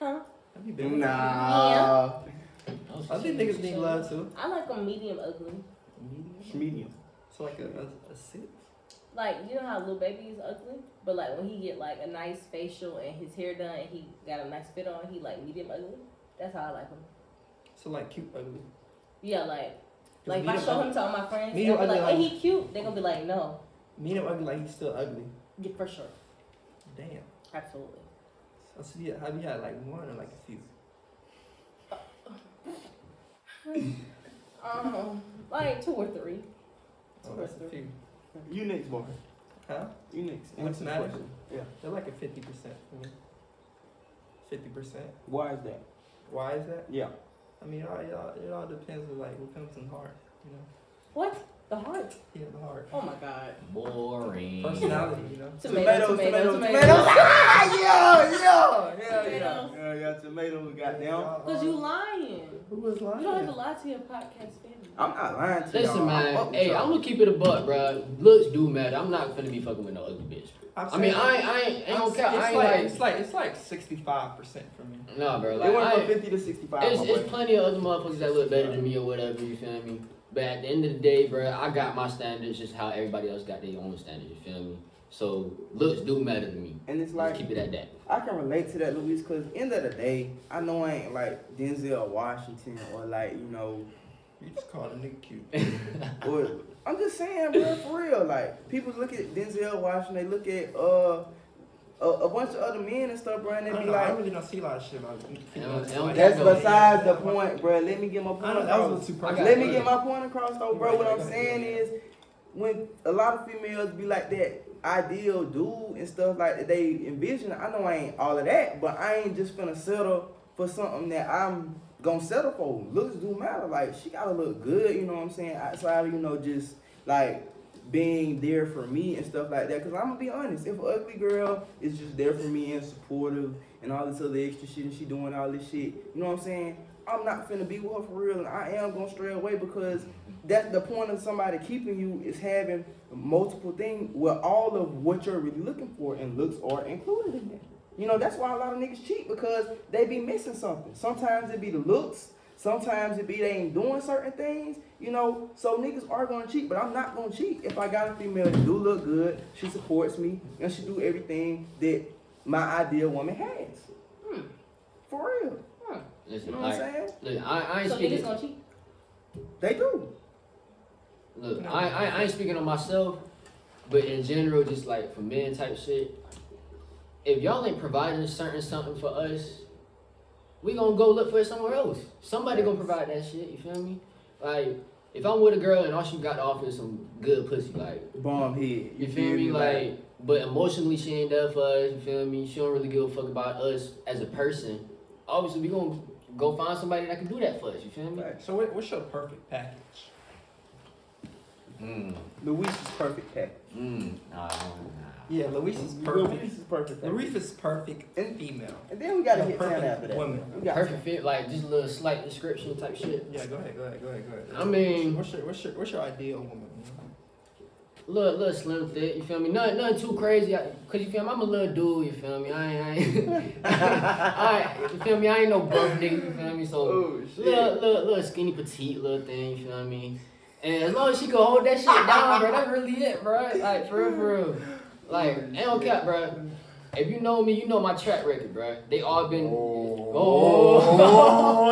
[SPEAKER 6] Huh?
[SPEAKER 2] Have you been? with an
[SPEAKER 5] Nah.
[SPEAKER 2] ugly nigga? I think niggas need love too.
[SPEAKER 6] I like a medium ugly.
[SPEAKER 2] Medium.
[SPEAKER 5] Medium.
[SPEAKER 2] So like a, a, a six.
[SPEAKER 6] Like you know how little baby is ugly, but like when he get like a nice facial and his hair done and he got a nice fit on, he like medium ugly. That's how I like him.
[SPEAKER 2] So like cute ugly.
[SPEAKER 6] Yeah, like like if
[SPEAKER 2] medium
[SPEAKER 6] I show
[SPEAKER 2] ugly,
[SPEAKER 6] him to all my friends,
[SPEAKER 2] medium
[SPEAKER 6] they'll be
[SPEAKER 2] ugly,
[SPEAKER 6] like,
[SPEAKER 2] like-
[SPEAKER 6] "Ain't he cute?" They're gonna be like, "No,
[SPEAKER 2] medium ugly like he's still ugly.
[SPEAKER 6] yeah, for sure,
[SPEAKER 2] Damn.
[SPEAKER 6] absolutely."
[SPEAKER 2] So, so yeah, have you had like one or like a few?
[SPEAKER 6] Um, like two or three.
[SPEAKER 2] Oh, that's a few.
[SPEAKER 5] You next, boy.
[SPEAKER 2] Huh?
[SPEAKER 5] You next.
[SPEAKER 2] What's
[SPEAKER 5] Answer the
[SPEAKER 2] matter?
[SPEAKER 5] question.
[SPEAKER 2] They're like a fifty percent for me. Fifty percent.
[SPEAKER 5] Why is that?
[SPEAKER 2] Why is that?
[SPEAKER 5] Yeah.
[SPEAKER 2] I mean, it all, it all, it all depends on like what comes in the heart, you know.
[SPEAKER 6] What? The heart?
[SPEAKER 2] Yeah, the heart.
[SPEAKER 6] Oh my god.
[SPEAKER 2] <laughs>
[SPEAKER 3] Boring.
[SPEAKER 2] Personality, you know.
[SPEAKER 6] Tomato, tomato, tomato.
[SPEAKER 5] Ah, yeah, yeah, yeah,
[SPEAKER 6] Tomatoes.
[SPEAKER 5] yeah, yeah. Tomatoes got down.
[SPEAKER 6] Cause you lying.
[SPEAKER 2] Who was
[SPEAKER 6] You
[SPEAKER 2] lying?
[SPEAKER 6] don't have to lie to your podcast family.
[SPEAKER 5] I'm not lying to y'all.
[SPEAKER 3] Listen,
[SPEAKER 5] I fuck
[SPEAKER 3] man.
[SPEAKER 5] with
[SPEAKER 3] Hey,
[SPEAKER 5] y'all.
[SPEAKER 3] I'm gonna keep it a buck, bro. Looks do matter. I'm not finna be fucking with no ugly bitch.
[SPEAKER 2] I'm
[SPEAKER 3] I mean,
[SPEAKER 2] saying-
[SPEAKER 3] I ain't, I ain't, I ain't
[SPEAKER 2] I'm
[SPEAKER 3] gonna
[SPEAKER 2] saying
[SPEAKER 3] count. I
[SPEAKER 2] It's
[SPEAKER 3] ain't
[SPEAKER 2] like,
[SPEAKER 3] like,
[SPEAKER 2] it's like it's like sixty five percent for me.
[SPEAKER 3] nah, bro.
[SPEAKER 5] it
[SPEAKER 3] Like,
[SPEAKER 5] went
[SPEAKER 3] I,
[SPEAKER 5] from 50 to 65.
[SPEAKER 3] it's,
[SPEAKER 5] my
[SPEAKER 3] it's
[SPEAKER 5] boy.
[SPEAKER 3] plenty of other motherfuckers that look better than me or whatever. You feel me? But at the end of the day, bro, I got my standards, just how everybody else got their own standards. You feel me? So looks do matter to me.
[SPEAKER 5] and it's
[SPEAKER 3] Let's
[SPEAKER 5] like,
[SPEAKER 3] keep it at that.
[SPEAKER 5] I can relate to that, Luis, because end of the day, I know I ain't like Denzel Washington or like, you know,
[SPEAKER 2] You just called a nigga cute.
[SPEAKER 5] or I'm just saying, bro, for real. Like, people look at Denzel Washington, they look at uh a, a bunch of other men and stuff, bro, and
[SPEAKER 2] I,
[SPEAKER 5] they
[SPEAKER 2] don't
[SPEAKER 5] be
[SPEAKER 2] know, I
[SPEAKER 5] like,
[SPEAKER 2] really don't see a lot of shit about females.
[SPEAKER 3] don't- I don't-
[SPEAKER 2] Like,
[SPEAKER 5] that's
[SPEAKER 3] Yeah, no,
[SPEAKER 5] besides the point, bro. Let me get my
[SPEAKER 2] I
[SPEAKER 5] point
[SPEAKER 2] know that was
[SPEAKER 5] across.
[SPEAKER 2] too
[SPEAKER 3] got
[SPEAKER 2] personal.
[SPEAKER 5] Let me get my point across, though, bro.
[SPEAKER 2] Right,
[SPEAKER 5] What
[SPEAKER 2] right,
[SPEAKER 5] I'm
[SPEAKER 2] right.
[SPEAKER 5] saying is, when a lot of females be like that ideal dude and stuff like that they envision, I know I ain't all of that, but I ain't just gonna settle for something that I'm gonna settle for. Looks do matter. Like she gotta look good, you know what I'm saying? Outside of you know just like being there for me and stuff like that. Cause I'm gonna be honest, if an ugly girl is just there for me and supportive and all this other extra shit and she doing all this shit, you know what I'm saying? I'm not finna be with her for real, and I am gonna stray away because that's the point of somebody keeping you is having multiple things with all of what you're really looking for, and looks are included in that. You know, that's why a lot of niggas cheat because they be missing something. Sometimes it be the looks, sometimes it be they ain't doing certain things, you know. So niggas are gonna cheat, but I'm not gonna cheat if I got a female that do look good, she supports me, and she do everything that my ideal woman has. For real. You
[SPEAKER 3] Listen,
[SPEAKER 5] know what I'm
[SPEAKER 3] Hmm. like,
[SPEAKER 5] saying?
[SPEAKER 3] look, I, I ain't
[SPEAKER 6] So
[SPEAKER 3] speaking.
[SPEAKER 6] niggas gonna cheat?
[SPEAKER 5] They do.
[SPEAKER 3] Look, I, I, I ain't speaking on myself, but in general, just like for men type shit, if y'all ain't providing a certain something for us, we gonna go look for it somewhere else. Somebody gonna provide that shit, you feel me? Like, if I'm with a girl and all she got to offer is some good pussy, like,
[SPEAKER 5] Bomb head. You,
[SPEAKER 3] you feel me? Like, but emotionally she ain't there for us, you feel me? She don't really give a fuck about us as a person. Obviously, we gonna go find somebody that can do that for us, you feel me?
[SPEAKER 5] Like,
[SPEAKER 2] So what, what's your perfect package?
[SPEAKER 3] Mm,
[SPEAKER 5] Luis is perfect package.
[SPEAKER 3] mm, nah, nah.
[SPEAKER 2] Yeah, Luis is
[SPEAKER 5] Luis
[SPEAKER 2] perfect.
[SPEAKER 5] is perfect. package.
[SPEAKER 2] Mm-hmm. Luis is perfect
[SPEAKER 5] And-
[SPEAKER 2] female.
[SPEAKER 5] And then we gotta
[SPEAKER 2] No,
[SPEAKER 5] hit ten
[SPEAKER 2] perfect
[SPEAKER 5] after that.
[SPEAKER 2] woman.
[SPEAKER 5] We got
[SPEAKER 3] Perfect fit, like just a little slight description type shit.
[SPEAKER 2] Yeah, go ahead, go ahead, go ahead, go ahead.
[SPEAKER 3] I mean-
[SPEAKER 2] what's your what's your what's your ideal woman?
[SPEAKER 3] Little, little slim fit, you feel me? Nothing, nothing too crazy, I- cause you feel me? I'm a little dude, you feel me? I ain't, I ain't, <laughs> I, ain't- you feel me? I ain't no buff nigga, you feel me? So,
[SPEAKER 5] Oh shit.
[SPEAKER 3] little, little, little skinny petite little thing, you feel me? And as long as she can hold that shit down, bro, that's really it, bro. Like for real, for real. Like, ain't no cap, bro. If you know me, you know my track record, bro. They all been. <laughs> Oh.
[SPEAKER 5] <laughs>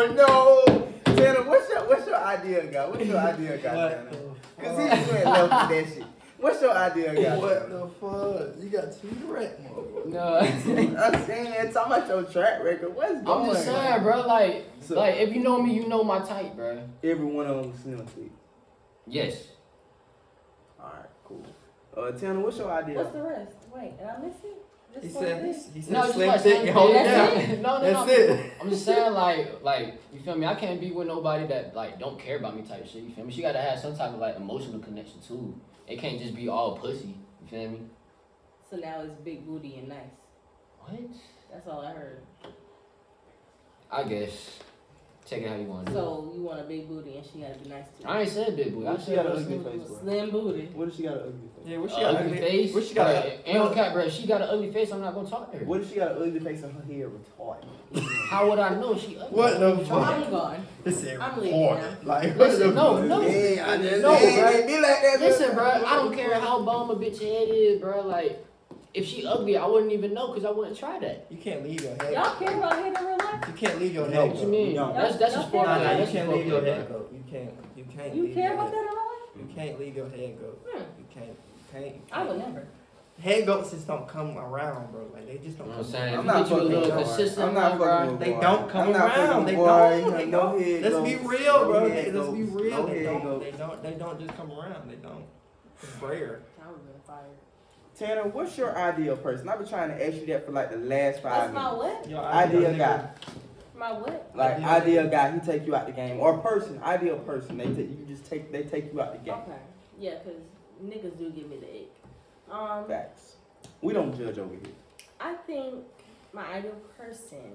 [SPEAKER 5] Oh, no. Tanner, what's your what's your idea, guy? What's <laughs> your idea, guy?
[SPEAKER 2] What
[SPEAKER 5] Tanner?
[SPEAKER 2] the
[SPEAKER 5] Cause he just went love for that shit. What's your idea, guy?
[SPEAKER 2] What the fuck? You got two direct, motherfucker.
[SPEAKER 3] <laughs>
[SPEAKER 5] <laughs>
[SPEAKER 3] No.
[SPEAKER 5] I'm saying, talk about your track record. What's going?
[SPEAKER 3] I'm just saying, bro. Like,
[SPEAKER 5] So-
[SPEAKER 3] like if you know me, you know my type, bro.
[SPEAKER 5] Every one of them was slim fit.
[SPEAKER 3] Yes.
[SPEAKER 5] All right, cool. Uh, Tanner, what's your idea?
[SPEAKER 6] What's the rest? Wait, did I miss it?
[SPEAKER 2] He
[SPEAKER 6] This one
[SPEAKER 2] said
[SPEAKER 6] is-
[SPEAKER 2] he said
[SPEAKER 3] No, just
[SPEAKER 2] slim
[SPEAKER 3] like
[SPEAKER 2] thick,
[SPEAKER 3] slim
[SPEAKER 2] you hold it
[SPEAKER 3] thick.
[SPEAKER 2] down.
[SPEAKER 3] That's it. <laughs> No, no, no.
[SPEAKER 2] That's it.
[SPEAKER 3] I'm just saying, like, like you feel me? I can't be with nobody that like don't care about me type shit. You feel me? She gotta have some type of like emotional connection too. It can't just be all pussy. You feel me?
[SPEAKER 6] So now it's big booty and nice.
[SPEAKER 3] What?
[SPEAKER 6] That's all I heard.
[SPEAKER 3] I guess. Take it how you want. to.
[SPEAKER 6] So you want a big booty and she gotta be nice too.
[SPEAKER 3] I ain't said big booty. I
[SPEAKER 5] She
[SPEAKER 3] said
[SPEAKER 5] got an
[SPEAKER 3] a
[SPEAKER 5] ugly
[SPEAKER 3] slim-
[SPEAKER 5] face, bro.
[SPEAKER 6] Slim booty.
[SPEAKER 5] What if she got an ugly face?
[SPEAKER 2] Yeah, what she
[SPEAKER 3] a
[SPEAKER 2] got?
[SPEAKER 3] ugly face.
[SPEAKER 2] What she got?
[SPEAKER 3] Bro, and on cap, bro. She got an ugly face. I'm not gonna talk to her.
[SPEAKER 5] What if she got an ugly face and her hair retarded?
[SPEAKER 3] How would I know she ugly?
[SPEAKER 2] What the
[SPEAKER 6] Oh,
[SPEAKER 2] fuck?
[SPEAKER 6] I'm gone.
[SPEAKER 2] This is
[SPEAKER 6] I'm leaving now.
[SPEAKER 2] hard. Like, what the
[SPEAKER 3] Listen, no,
[SPEAKER 2] fuck?
[SPEAKER 3] no.
[SPEAKER 5] Yeah, I just
[SPEAKER 3] No,
[SPEAKER 5] yeah,
[SPEAKER 3] bro.
[SPEAKER 5] yeah, be like that.
[SPEAKER 3] Listen, bro, I don't care how bomb a bitch head is, bro. Like, if she ugly, I wouldn't even know because I wouldn't try that.
[SPEAKER 2] You can't leave your head.
[SPEAKER 6] Y'all care about hair in real life?
[SPEAKER 2] You can't leave your
[SPEAKER 5] No,
[SPEAKER 2] head.
[SPEAKER 3] What you
[SPEAKER 2] though.
[SPEAKER 3] mean?
[SPEAKER 5] no.
[SPEAKER 3] That's that's just
[SPEAKER 6] No,
[SPEAKER 3] for
[SPEAKER 6] no,
[SPEAKER 2] Nah, nah,
[SPEAKER 6] Yeah,
[SPEAKER 2] you
[SPEAKER 3] That's
[SPEAKER 2] can't
[SPEAKER 3] just
[SPEAKER 2] leave your
[SPEAKER 3] for
[SPEAKER 2] head go. You can't. You can't.
[SPEAKER 6] You
[SPEAKER 2] leave
[SPEAKER 6] care
[SPEAKER 2] your
[SPEAKER 6] about
[SPEAKER 2] head.
[SPEAKER 6] that in real life?
[SPEAKER 2] You can't leave your head go.
[SPEAKER 6] Hmm.
[SPEAKER 2] You can't. You can't.
[SPEAKER 6] I would never.
[SPEAKER 2] Head goats just don't come around, bro. Like they just
[SPEAKER 3] You
[SPEAKER 2] don't
[SPEAKER 3] know
[SPEAKER 2] come
[SPEAKER 3] what I'm saying?
[SPEAKER 5] I'm
[SPEAKER 3] If
[SPEAKER 5] not
[SPEAKER 3] we get you a
[SPEAKER 5] fucking
[SPEAKER 3] little
[SPEAKER 5] with Boy.
[SPEAKER 3] consistent,
[SPEAKER 5] I'm not
[SPEAKER 3] one, bruh,
[SPEAKER 5] fucking with
[SPEAKER 2] They
[SPEAKER 5] Boy.
[SPEAKER 2] don't come
[SPEAKER 5] I'm not fucking
[SPEAKER 2] around.
[SPEAKER 5] with
[SPEAKER 2] They
[SPEAKER 5] Boy.
[SPEAKER 2] don't. They
[SPEAKER 5] Like, no
[SPEAKER 2] don't.
[SPEAKER 5] head
[SPEAKER 2] Let's be
[SPEAKER 5] goats.
[SPEAKER 2] real,
[SPEAKER 5] No
[SPEAKER 2] bro.
[SPEAKER 5] head
[SPEAKER 2] They- Let's be
[SPEAKER 5] goats.
[SPEAKER 2] real.
[SPEAKER 5] No
[SPEAKER 2] They
[SPEAKER 5] head
[SPEAKER 2] don't.
[SPEAKER 5] goats.
[SPEAKER 2] They don't. They don't just come around. They don't. It's rare.
[SPEAKER 6] I would have been fired.
[SPEAKER 5] Tanner, what's your ideal person? I've been trying to ask you that for like the last five
[SPEAKER 6] What's my
[SPEAKER 5] minutes.
[SPEAKER 6] what?
[SPEAKER 2] Your
[SPEAKER 5] Ideal
[SPEAKER 2] nigga-
[SPEAKER 5] guy,
[SPEAKER 6] My what?
[SPEAKER 5] like
[SPEAKER 2] Ideal
[SPEAKER 5] ideal guy, he take you out the game, or person, ideal person. They take you just take they take you out the game.
[SPEAKER 6] Okay. Yeah, because niggas do give me the ick. Um,
[SPEAKER 5] Facts. We don't judge over here.
[SPEAKER 6] I think my ideal person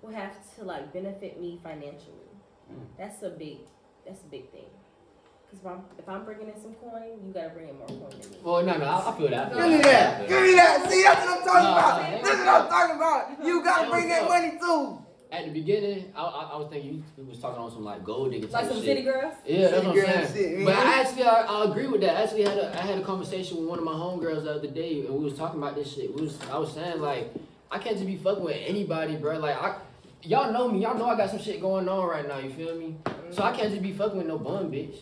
[SPEAKER 6] will have to like benefit me financially.
[SPEAKER 5] Mm.
[SPEAKER 6] That's a big, that's a big thing. Cause if I'm if I'm bringing in some coin, you gotta bring in more coin than me.
[SPEAKER 3] Well, no, no, I, I feel that. I feel
[SPEAKER 5] Give me that. Give me that. See, that's what I'm talking
[SPEAKER 3] No,
[SPEAKER 5] about.
[SPEAKER 3] no, no.
[SPEAKER 5] That's what I'm talking about. You gotta bring that money too.
[SPEAKER 3] At the beginning, I, I, I was thinking you was talking on some like gold digger type
[SPEAKER 6] Like some
[SPEAKER 3] shit.
[SPEAKER 6] city girls.
[SPEAKER 3] Yeah, that's what
[SPEAKER 5] Girl,
[SPEAKER 3] I'm saying.
[SPEAKER 5] shit,
[SPEAKER 3] but
[SPEAKER 5] man.
[SPEAKER 3] I actually, I, I agree with that. I actually had a, I had a conversation with one of my homegirls the other day, and we was talking about this shit. We was, I was saying like, I can't just be fucking with anybody, bro. Like, I, y'all know me, y'all know I got some shit going on right now. You feel me? So I can't just be fucking with no bum bitch.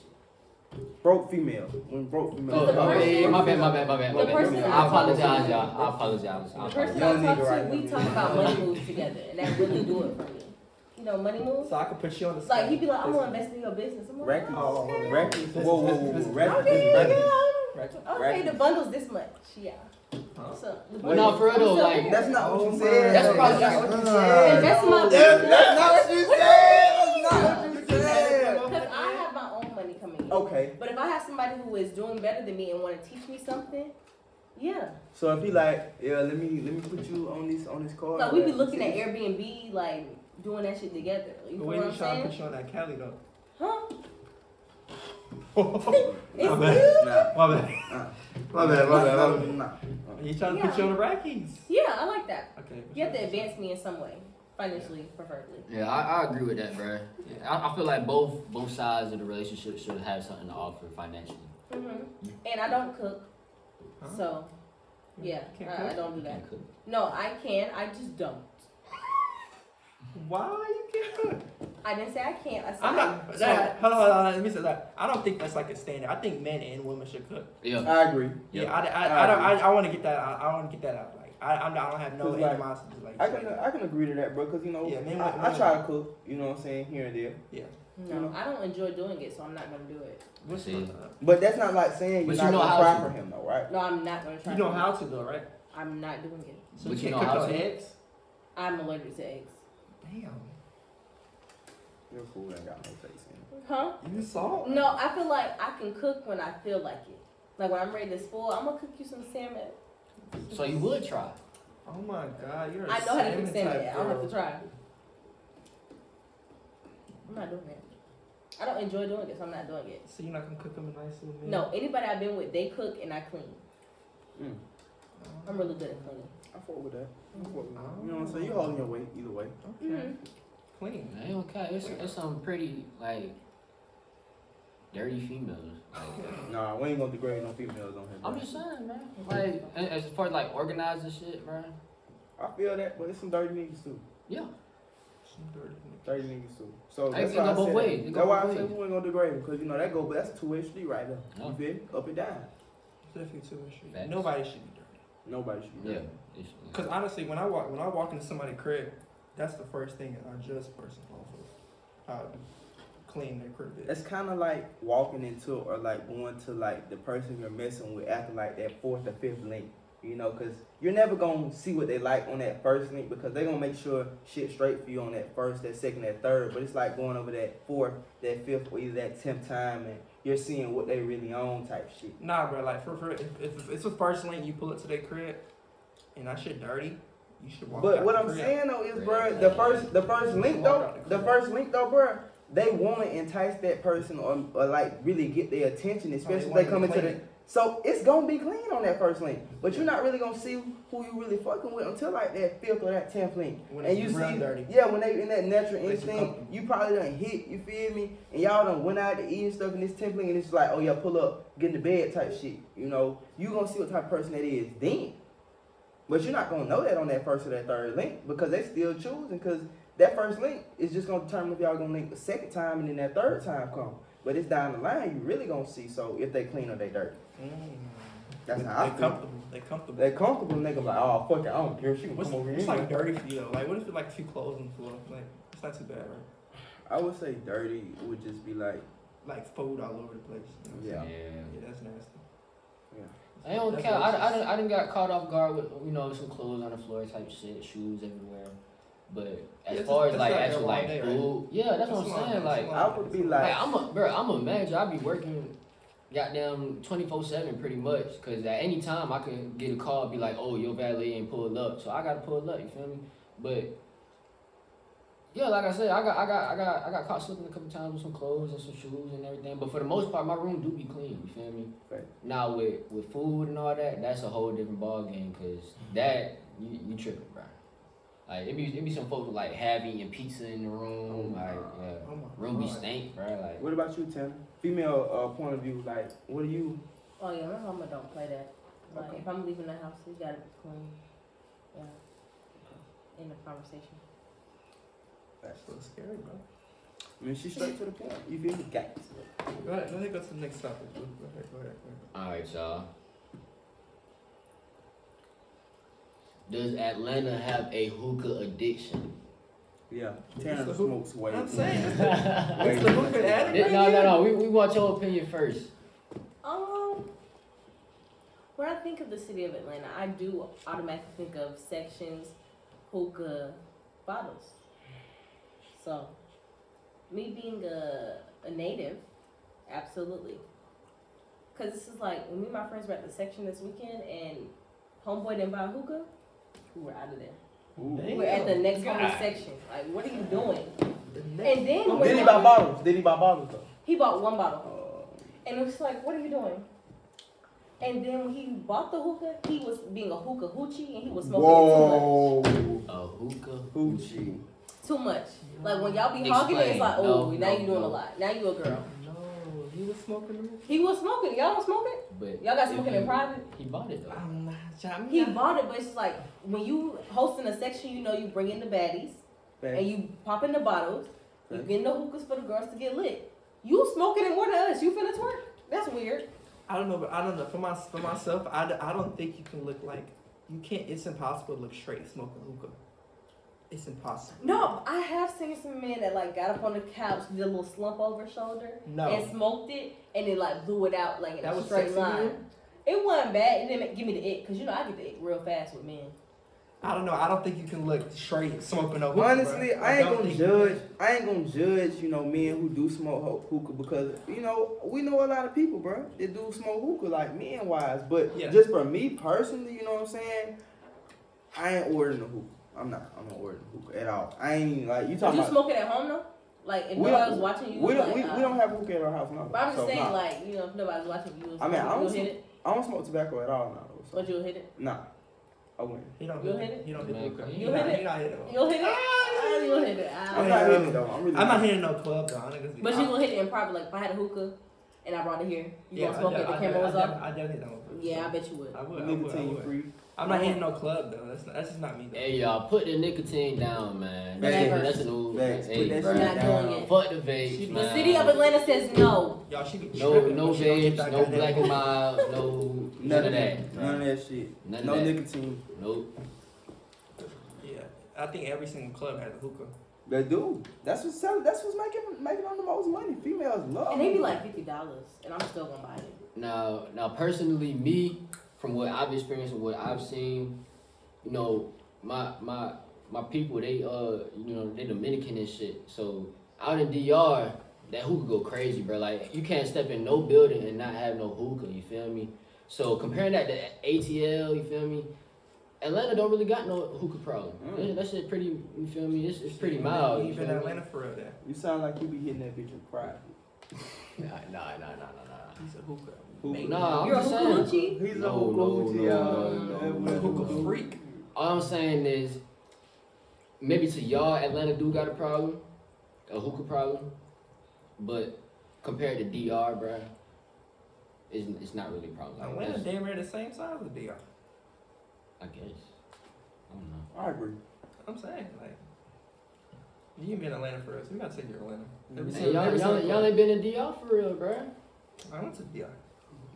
[SPEAKER 5] Broke female. When broke female.
[SPEAKER 3] Oh,
[SPEAKER 6] the
[SPEAKER 3] my
[SPEAKER 6] person-
[SPEAKER 3] bad, my bad, my bad, my bad, my
[SPEAKER 6] the person-
[SPEAKER 3] bad. I apologize, y'all. I apologize. I
[SPEAKER 6] The person
[SPEAKER 3] apologize.
[SPEAKER 6] I
[SPEAKER 5] Y'all
[SPEAKER 6] talk
[SPEAKER 5] need
[SPEAKER 6] to,
[SPEAKER 5] to write
[SPEAKER 6] we
[SPEAKER 5] them
[SPEAKER 6] talk
[SPEAKER 5] down.
[SPEAKER 6] about money moves together, and that really do it for me. You know, money moves.
[SPEAKER 2] So I could put you on the.
[SPEAKER 6] It's like he'd be like, I'm gonna
[SPEAKER 2] on.
[SPEAKER 6] invest in your business. I'm like,
[SPEAKER 5] Records.
[SPEAKER 6] oh, okay.
[SPEAKER 5] Records. Whoa, whoa, whoa.
[SPEAKER 2] This- this-
[SPEAKER 5] Records.
[SPEAKER 6] Okay,
[SPEAKER 5] Records.
[SPEAKER 6] yeah.
[SPEAKER 2] Records.
[SPEAKER 6] "Oh, Okay, the
[SPEAKER 5] Records.
[SPEAKER 6] bundle's this much. Yeah.
[SPEAKER 2] Huh?
[SPEAKER 6] So the
[SPEAKER 3] Well, no, for real though,
[SPEAKER 6] So-
[SPEAKER 3] like,
[SPEAKER 5] That's not what
[SPEAKER 2] Oh
[SPEAKER 5] you
[SPEAKER 2] my
[SPEAKER 5] said.
[SPEAKER 3] That's probably
[SPEAKER 5] not what you
[SPEAKER 2] God.
[SPEAKER 5] said.
[SPEAKER 6] That's my-
[SPEAKER 5] That's that's not what you said. That's not what you said.
[SPEAKER 6] because I have my own money coming in.
[SPEAKER 5] Okay.
[SPEAKER 6] But if I have somebody who is doing better than me and want to teach me something, yeah.
[SPEAKER 5] So if he like, yeah, let me let me put you on this on this card.
[SPEAKER 6] Like we be looking at Airbnb, like doing that shit together. You
[SPEAKER 2] The
[SPEAKER 6] know
[SPEAKER 2] way
[SPEAKER 6] what
[SPEAKER 2] you
[SPEAKER 6] I'm
[SPEAKER 2] trying to
[SPEAKER 6] saying?
[SPEAKER 2] put you on that Cali though.
[SPEAKER 6] Huh?
[SPEAKER 2] <laughs> my
[SPEAKER 6] <laughs> It's
[SPEAKER 2] bad.
[SPEAKER 6] good.
[SPEAKER 5] Nah.
[SPEAKER 2] My bad.
[SPEAKER 5] Uh.
[SPEAKER 2] My bad. My bad. My
[SPEAKER 5] Nah,
[SPEAKER 2] bad.
[SPEAKER 5] nah.
[SPEAKER 2] He trying to put you on the Rockies.
[SPEAKER 6] Yeah, I like that.
[SPEAKER 2] Okay.
[SPEAKER 6] You have to advance me in some way, financially, preferably.
[SPEAKER 3] Yeah, I, I agree with that, bro. I, I feel like both both sides of the relationship should have something to offer financially.
[SPEAKER 6] hmm And I don't cook,
[SPEAKER 2] Huh?
[SPEAKER 6] so yeah,
[SPEAKER 2] Can't
[SPEAKER 6] I, I
[SPEAKER 2] cook?
[SPEAKER 6] don't do that.
[SPEAKER 3] Can't cook.
[SPEAKER 6] No, I can. I just don't.
[SPEAKER 2] Why you can't cook?
[SPEAKER 6] I didn't say I can't. I said
[SPEAKER 2] I'm
[SPEAKER 6] I
[SPEAKER 2] not. That, hold, on, hold on, let me say that. I don't think that's like a standard. I think men and women should cook.
[SPEAKER 3] Yeah.
[SPEAKER 5] I agree.
[SPEAKER 2] Yeah,
[SPEAKER 3] Yeah.
[SPEAKER 2] I, I, I, don't. I, I want to get that. out. I want to get that out. Like, I, I'm not, I don't have no
[SPEAKER 5] Cause, like,
[SPEAKER 2] animosity. Like,
[SPEAKER 5] I can I can agree to that, bro. Cause you know,
[SPEAKER 2] Yeah, me and my-
[SPEAKER 5] I, I try to cook. You know what I'm saying here and there.
[SPEAKER 6] no, I don't enjoy doing it, so I'm not gonna do it.
[SPEAKER 2] what's
[SPEAKER 3] See.
[SPEAKER 2] uh,
[SPEAKER 5] But that's not like saying
[SPEAKER 3] But
[SPEAKER 5] you're
[SPEAKER 3] you
[SPEAKER 5] not
[SPEAKER 3] know
[SPEAKER 5] gonna
[SPEAKER 3] how
[SPEAKER 5] cry
[SPEAKER 3] to.
[SPEAKER 5] for him though, right?
[SPEAKER 6] No, I'm not gonna try.
[SPEAKER 2] you know
[SPEAKER 6] to do
[SPEAKER 2] how
[SPEAKER 6] it.
[SPEAKER 2] to though, right?
[SPEAKER 6] I'm not doing it.
[SPEAKER 2] So
[SPEAKER 3] But
[SPEAKER 2] you
[SPEAKER 3] you
[SPEAKER 2] can't
[SPEAKER 3] know
[SPEAKER 2] cook
[SPEAKER 3] how
[SPEAKER 2] no
[SPEAKER 3] to.
[SPEAKER 2] eggs.
[SPEAKER 6] I'm allergic to eggs.
[SPEAKER 2] Damn,
[SPEAKER 5] Your food ain't got no taste in it.
[SPEAKER 6] Huh?
[SPEAKER 2] you salt?
[SPEAKER 6] No, I feel like I can cook when I feel like it. Like when I'm ready to spoil, I'm gonna cook you some salmon.
[SPEAKER 3] So you would try.
[SPEAKER 2] Oh my god, you're. a
[SPEAKER 6] I know how to
[SPEAKER 2] salmon
[SPEAKER 6] cook salmon.
[SPEAKER 2] type
[SPEAKER 6] I don't have
[SPEAKER 2] girl.
[SPEAKER 6] to try. I'm not doing that. I don't enjoy doing it, so I'm not doing it.
[SPEAKER 2] So you're not gonna cook them a nice little meal?
[SPEAKER 6] No, anybody I've been with, they cook and I clean.
[SPEAKER 3] Mm.
[SPEAKER 2] Oh,
[SPEAKER 6] I'm really good at cleaning.
[SPEAKER 5] I fought with that. I fuck with that.
[SPEAKER 2] Oh.
[SPEAKER 5] You know what I'm saying? You're holding your weight either way.
[SPEAKER 2] Okay. Mm-hmm. Clean.
[SPEAKER 3] They don't care. It's, it's some pretty like dirty females.
[SPEAKER 5] Nah, we ain't gonna degrade no females on here. Bro.
[SPEAKER 3] I'm just saying, man. Like a- as far as like organizing shit, bro.
[SPEAKER 5] I feel that, but it's some dirty niggas too.
[SPEAKER 3] Yeah.
[SPEAKER 2] Some dirty niggas.
[SPEAKER 5] Dirty niggas too. So
[SPEAKER 3] Hey,
[SPEAKER 5] that's
[SPEAKER 3] it
[SPEAKER 5] why
[SPEAKER 3] go
[SPEAKER 5] I
[SPEAKER 3] both
[SPEAKER 5] said
[SPEAKER 3] ways. It
[SPEAKER 5] that.
[SPEAKER 3] go
[SPEAKER 5] That's why
[SPEAKER 3] both
[SPEAKER 5] I said
[SPEAKER 3] ways.
[SPEAKER 5] we ain't gonna degrade them, cause you know that go, but that's a two way street right there.
[SPEAKER 3] Yeah.
[SPEAKER 5] You feel me? Up and down.
[SPEAKER 2] Definitely too much. shit.
[SPEAKER 3] Facts.
[SPEAKER 2] Nobody should be dirty.
[SPEAKER 5] Nobody should. be
[SPEAKER 3] Yeah.
[SPEAKER 5] dirty.
[SPEAKER 3] It's-
[SPEAKER 2] Cause honestly, when I walk when I walk into somebody's crib, that's the first thing that I judge a person off of. How clean their crib is.
[SPEAKER 5] It's kind of like walking into or like going to like the person you're messing with after like that fourth or fifth link, you know, because you're never gonna see what they like on that first link because they're gonna make sure shit straight for you on that first, that second, that third. But it's like going over that fourth, that fifth, or either that tenth time, and you're seeing what they really own type shit.
[SPEAKER 2] Nah, bro. Like for for if, if it's a first link, you pull it to their crib, and that shit dirty. You should walk.
[SPEAKER 5] But
[SPEAKER 2] out
[SPEAKER 5] what
[SPEAKER 2] the
[SPEAKER 5] I'm
[SPEAKER 2] crib.
[SPEAKER 5] saying though is, bro, the first, the first link though, the first link though, bro, they want to entice that person or, or like really get their
[SPEAKER 2] Oh,
[SPEAKER 5] attention, especially if they come into the. So it's gonna be clean on that first link, but you're not really gonna see who you really fucking with until like that fifth or that tenth link.
[SPEAKER 2] When
[SPEAKER 5] and
[SPEAKER 2] it's
[SPEAKER 5] you
[SPEAKER 2] real
[SPEAKER 5] see,
[SPEAKER 2] dirty.
[SPEAKER 5] yeah, when they in that natural
[SPEAKER 2] Makes you
[SPEAKER 5] instinct,
[SPEAKER 2] comfortable.
[SPEAKER 5] you probably done hit. You feel me? And y'all done went out to eat and stuff, and this tenth link, and it's like, oh yeah, pull up, get in the bed type shit. You know, you gonna see what type of person that is then. But you're not gonna know that on that first or that third link because they still choosing because that first link is just gonna determine if y'all gonna link the second time and then that third time come. But it's down the line you really gonna see so if they clean or they dirty.
[SPEAKER 2] Mm.
[SPEAKER 5] That's how
[SPEAKER 2] They
[SPEAKER 5] I feel.
[SPEAKER 2] comfortable. They comfortable.
[SPEAKER 5] That comfortable nigga like, oh fuck it, I don't care. She can
[SPEAKER 2] What's,
[SPEAKER 5] come over
[SPEAKER 2] it's
[SPEAKER 5] here.
[SPEAKER 2] like dirty for you though. Like, what if it like two clothes on the floor? Like, it's not too bad, right?
[SPEAKER 5] I would say dirty would just be like,
[SPEAKER 2] Like food all over the place. You know what I'm
[SPEAKER 5] yeah,
[SPEAKER 2] saying? Yeah, that's nasty.
[SPEAKER 5] yeah.
[SPEAKER 3] I don't
[SPEAKER 2] That's
[SPEAKER 3] care. I,
[SPEAKER 2] racist.
[SPEAKER 3] I, done- I didn't got caught off guard with you know some clothes on the floor type shit, shoes everywhere. But as
[SPEAKER 2] Yeah,
[SPEAKER 3] far as
[SPEAKER 2] that's-
[SPEAKER 3] like
[SPEAKER 2] that's
[SPEAKER 3] actual
[SPEAKER 2] not
[SPEAKER 3] like
[SPEAKER 2] every day, right?
[SPEAKER 3] food, yeah, that's, what
[SPEAKER 2] It's
[SPEAKER 3] I'm
[SPEAKER 2] long,
[SPEAKER 3] saying.
[SPEAKER 2] it's
[SPEAKER 3] Like,
[SPEAKER 2] long,
[SPEAKER 5] I would be
[SPEAKER 2] it's
[SPEAKER 5] like-
[SPEAKER 3] like I'm a bro, I'm a manager. I be working, goddamn twenty four seven pretty much. Cause at any time I could get a call, be like, oh your valet ain't pulled up, so I gotta pull up. You feel me? But yeah, like I said, I got I got I got I got caught slipping a couple times with some clothes and some shoes and everything. But for the most part, my room do be clean. You feel me?
[SPEAKER 5] Right.
[SPEAKER 3] Now with with food and all that, that's a whole different ball game. Cause that you you tripping, bro. Like it be it be some folks with, like having and pizza in the room,
[SPEAKER 5] Oh,
[SPEAKER 3] like
[SPEAKER 5] nah.
[SPEAKER 3] yeah.
[SPEAKER 2] Oh my
[SPEAKER 3] Room be
[SPEAKER 2] God.
[SPEAKER 3] stank, bro. Like
[SPEAKER 5] What about you, Tim? Female uh, point of view, like, what do you?
[SPEAKER 6] Oh yeah, my mama don't play that. Like
[SPEAKER 5] Okay.
[SPEAKER 6] if I'm leaving the house, it gotta be clean. Yeah. In the conversation.
[SPEAKER 2] That's so scary, bro.
[SPEAKER 5] I mean, she's straight to the point. You feel me? Got it.
[SPEAKER 2] Go ahead, let me go to the next topic. Go ahead, go ahead, go
[SPEAKER 3] All right, y'all. Does Atlanta have a hookah addiction?
[SPEAKER 5] Yeah.
[SPEAKER 2] It's
[SPEAKER 5] Tanner
[SPEAKER 2] the who-
[SPEAKER 5] smokes way.
[SPEAKER 2] ahead. I'm
[SPEAKER 5] too
[SPEAKER 2] saying,
[SPEAKER 5] much.
[SPEAKER 2] it's <laughs> the,
[SPEAKER 5] Way
[SPEAKER 2] it's
[SPEAKER 5] too
[SPEAKER 2] the
[SPEAKER 5] much.
[SPEAKER 2] hookah addict.
[SPEAKER 3] No, no, no. We, we want your opinion first.
[SPEAKER 6] Um, when I think of the city of Atlanta, I do automatically think of sections, hookah, bottles. So, me being a, a native, absolutely. Cause this is like when me and my friends were at the section this weekend and homeboy didn't buy a hookah, we were out of there.
[SPEAKER 5] Ooh.
[SPEAKER 2] Damn.
[SPEAKER 6] We're at the next
[SPEAKER 3] God.
[SPEAKER 6] homeless section. Like, what are you doing?
[SPEAKER 2] The
[SPEAKER 6] And
[SPEAKER 2] next-
[SPEAKER 6] then
[SPEAKER 5] Did
[SPEAKER 6] when
[SPEAKER 5] he buy bottles? Did he buy bottles though?
[SPEAKER 6] he bought one bottle.
[SPEAKER 5] Uh,
[SPEAKER 6] And it was like, what are you doing? And then when he bought the hookah, he was being a hookah hoochie and he was smoking
[SPEAKER 5] Whoa.
[SPEAKER 3] A hookah
[SPEAKER 5] Hoochie.
[SPEAKER 6] too much. Too much. Like when y'all be
[SPEAKER 3] Explain.
[SPEAKER 6] hogging it, it's like, oh,
[SPEAKER 3] No,
[SPEAKER 6] now
[SPEAKER 3] no,
[SPEAKER 6] you're doing
[SPEAKER 3] no.
[SPEAKER 6] a lot. Now you a girl.
[SPEAKER 2] No, he was smoking them.
[SPEAKER 6] He was smoking. Y'all don't smoke it?
[SPEAKER 3] But
[SPEAKER 6] Y'all got
[SPEAKER 3] if
[SPEAKER 6] smoking
[SPEAKER 3] he-
[SPEAKER 6] in private?
[SPEAKER 3] He bought it though.
[SPEAKER 2] I'm not. I'm
[SPEAKER 6] He
[SPEAKER 2] not-
[SPEAKER 6] bought it, but it's like when you hosting a section, you know you bring in the baddies and
[SPEAKER 5] Bad.
[SPEAKER 6] you pop in the bottles. You
[SPEAKER 5] Right.
[SPEAKER 6] getting the hookahs for the girls to get lit. You smoking it more than us. You finna twerk. That's weird.
[SPEAKER 2] I don't know, but I don't know. For my for myself, I, d- I don't think you can look like you can't. It's impossible to look straight smoking hookah. It's impossible.
[SPEAKER 6] No, I have seen some men that like got up on the couch, did a little slump over shoulder,
[SPEAKER 2] No.
[SPEAKER 6] and smoked it, and then like blew it out like in
[SPEAKER 2] That
[SPEAKER 6] a
[SPEAKER 2] was
[SPEAKER 6] straight
[SPEAKER 2] sexy to
[SPEAKER 6] line.
[SPEAKER 2] you?
[SPEAKER 6] It wasn't bad. It didn't make- give me the ick because you know I get the ick real fast with men.
[SPEAKER 2] I don't know. I don't think you can look straight smoking a hookah.
[SPEAKER 5] Honestly,
[SPEAKER 2] bruh.
[SPEAKER 5] I ain't
[SPEAKER 2] don't
[SPEAKER 5] gonna
[SPEAKER 2] think-
[SPEAKER 5] judge. I ain't gonna judge. You know, men who do smoke ho- hookah because you know we know a lot of people, bro, that do smoke hookah like men wise. But
[SPEAKER 2] Yeah.
[SPEAKER 5] just for me personally, you know what I'm saying? I ain't ordering a hookah. I'm not. I'm not ordering a hookah at all. I ain't like you
[SPEAKER 6] Did
[SPEAKER 5] talking
[SPEAKER 6] you
[SPEAKER 5] about.
[SPEAKER 6] smoke it at home though? Like if
[SPEAKER 5] We
[SPEAKER 6] nobody's
[SPEAKER 5] don't,
[SPEAKER 6] watching you,
[SPEAKER 5] we, don't
[SPEAKER 6] like,
[SPEAKER 5] we,
[SPEAKER 6] uh,
[SPEAKER 5] we don't have hookah at our house now.
[SPEAKER 6] But I'm just
[SPEAKER 5] so,
[SPEAKER 6] saying,
[SPEAKER 5] nah.
[SPEAKER 6] like you know, if nobody's watching you,
[SPEAKER 5] I mean, I
[SPEAKER 6] you'll
[SPEAKER 5] was-
[SPEAKER 6] hit it.
[SPEAKER 5] I don't smoke tobacco at all now. though,
[SPEAKER 6] But you'll hit it.
[SPEAKER 5] So, nah, I wouldn't.
[SPEAKER 2] He don't
[SPEAKER 6] You'll
[SPEAKER 2] hit
[SPEAKER 6] hit
[SPEAKER 2] it.
[SPEAKER 6] it?
[SPEAKER 2] He don't hit
[SPEAKER 3] Man,
[SPEAKER 2] hookah.
[SPEAKER 3] come
[SPEAKER 2] He
[SPEAKER 6] on.
[SPEAKER 2] not-
[SPEAKER 6] You'll
[SPEAKER 2] he not hit it.
[SPEAKER 6] You'll hit it. Ah, you'll hit it. Ah.
[SPEAKER 5] I'm
[SPEAKER 2] Yeah.
[SPEAKER 5] not hitting it though. I'm really.
[SPEAKER 2] I'm not hitting no club though. I niggas be-
[SPEAKER 6] But
[SPEAKER 2] I-
[SPEAKER 6] you gonna hit it in private. Like if I had a hookah and I brought it here, you
[SPEAKER 2] yeah,
[SPEAKER 6] gonna smoke
[SPEAKER 2] I
[SPEAKER 6] it?
[SPEAKER 2] def-
[SPEAKER 6] The
[SPEAKER 2] I def-
[SPEAKER 6] camera was
[SPEAKER 2] I def-
[SPEAKER 6] off.
[SPEAKER 2] I definitely don't.
[SPEAKER 6] Yeah, I bet you would.
[SPEAKER 2] I would. I would. I
[SPEAKER 5] Nicotine
[SPEAKER 2] would.
[SPEAKER 5] free.
[SPEAKER 2] I'm not hitting no club though. That's not, that's just not me. Though.
[SPEAKER 3] Hey y'all, put the nicotine down, man. That's,
[SPEAKER 5] Facts.
[SPEAKER 3] that's an old.
[SPEAKER 5] Facts.
[SPEAKER 3] Hey,
[SPEAKER 5] Put
[SPEAKER 6] We're
[SPEAKER 5] that
[SPEAKER 3] bro.
[SPEAKER 5] shit
[SPEAKER 6] not
[SPEAKER 5] down.
[SPEAKER 6] doing it.
[SPEAKER 3] Fuck the vapes,
[SPEAKER 2] The
[SPEAKER 3] man.
[SPEAKER 5] Uh,
[SPEAKER 6] The city of Atlanta says no.
[SPEAKER 2] Y'all should be
[SPEAKER 3] No,
[SPEAKER 2] tripping
[SPEAKER 3] no
[SPEAKER 2] when she don't get
[SPEAKER 3] vapes,
[SPEAKER 2] that
[SPEAKER 3] no
[SPEAKER 2] goddamn
[SPEAKER 3] black and
[SPEAKER 2] hookah.
[SPEAKER 3] mild, no none of that. bro.
[SPEAKER 5] None of that shit.
[SPEAKER 3] None of
[SPEAKER 5] no
[SPEAKER 3] that.
[SPEAKER 5] nicotine.
[SPEAKER 3] Nope.
[SPEAKER 2] Yeah, I think every single club has a hookah.
[SPEAKER 5] They do. That's what's selling. That's what's making making them the most money. Females love.
[SPEAKER 6] And they be
[SPEAKER 5] it.
[SPEAKER 6] like fifty dollars, and I'm still gonna buy it.
[SPEAKER 3] Now, now personally, me, from what I've experienced and what I've seen, you know, my my my people, they uh, you know, they Dominican and shit. So out in DR, that hookah go crazy, bro. Like you can't step in no building and not have no hookah. You feel me? So comparing that to ATL, you feel me? Atlanta don't really got no hookah problem.
[SPEAKER 5] Mm.
[SPEAKER 3] That, that shit pretty, you feel me? It's, it's pretty mild. You
[SPEAKER 2] Even
[SPEAKER 3] feel me?
[SPEAKER 2] Atlanta for real. There,
[SPEAKER 5] You sound like you be hitting that bitch in private.
[SPEAKER 3] Nah, nah, nah, nah, nah,
[SPEAKER 2] he's a hookah.
[SPEAKER 5] Who-
[SPEAKER 2] Maybe.
[SPEAKER 3] nah. Nah,
[SPEAKER 6] You're
[SPEAKER 3] I'm
[SPEAKER 6] a
[SPEAKER 3] just
[SPEAKER 6] hookah
[SPEAKER 3] saying.
[SPEAKER 6] hoochie?
[SPEAKER 5] He's
[SPEAKER 3] No,
[SPEAKER 5] a hookah
[SPEAKER 3] no,
[SPEAKER 5] hoochie,
[SPEAKER 3] no,
[SPEAKER 5] y'all.
[SPEAKER 3] no,
[SPEAKER 5] That
[SPEAKER 3] no,
[SPEAKER 5] boy
[SPEAKER 2] He's a
[SPEAKER 3] no,
[SPEAKER 5] hookah
[SPEAKER 2] hookah
[SPEAKER 5] hoochie.
[SPEAKER 2] freak.
[SPEAKER 3] All I'm saying is, maybe to y'all, Atlanta do got a problem, a hookah problem, but compared to DR, bruh, it's, it's not really a problem.
[SPEAKER 2] Atlanta
[SPEAKER 3] That's-
[SPEAKER 2] damn near the same size as DR.
[SPEAKER 3] I guess. I don't know.
[SPEAKER 5] I agree.
[SPEAKER 2] I'm saying like, you mean Atlanta for us? We gotta take you to Atlanta. Every
[SPEAKER 5] Hey,
[SPEAKER 3] Hey,
[SPEAKER 2] single-
[SPEAKER 3] y'all,
[SPEAKER 2] every
[SPEAKER 3] y'all,
[SPEAKER 2] single
[SPEAKER 3] y'all
[SPEAKER 2] club.
[SPEAKER 3] ain't been in DR for real, bruh.
[SPEAKER 2] I went to DR.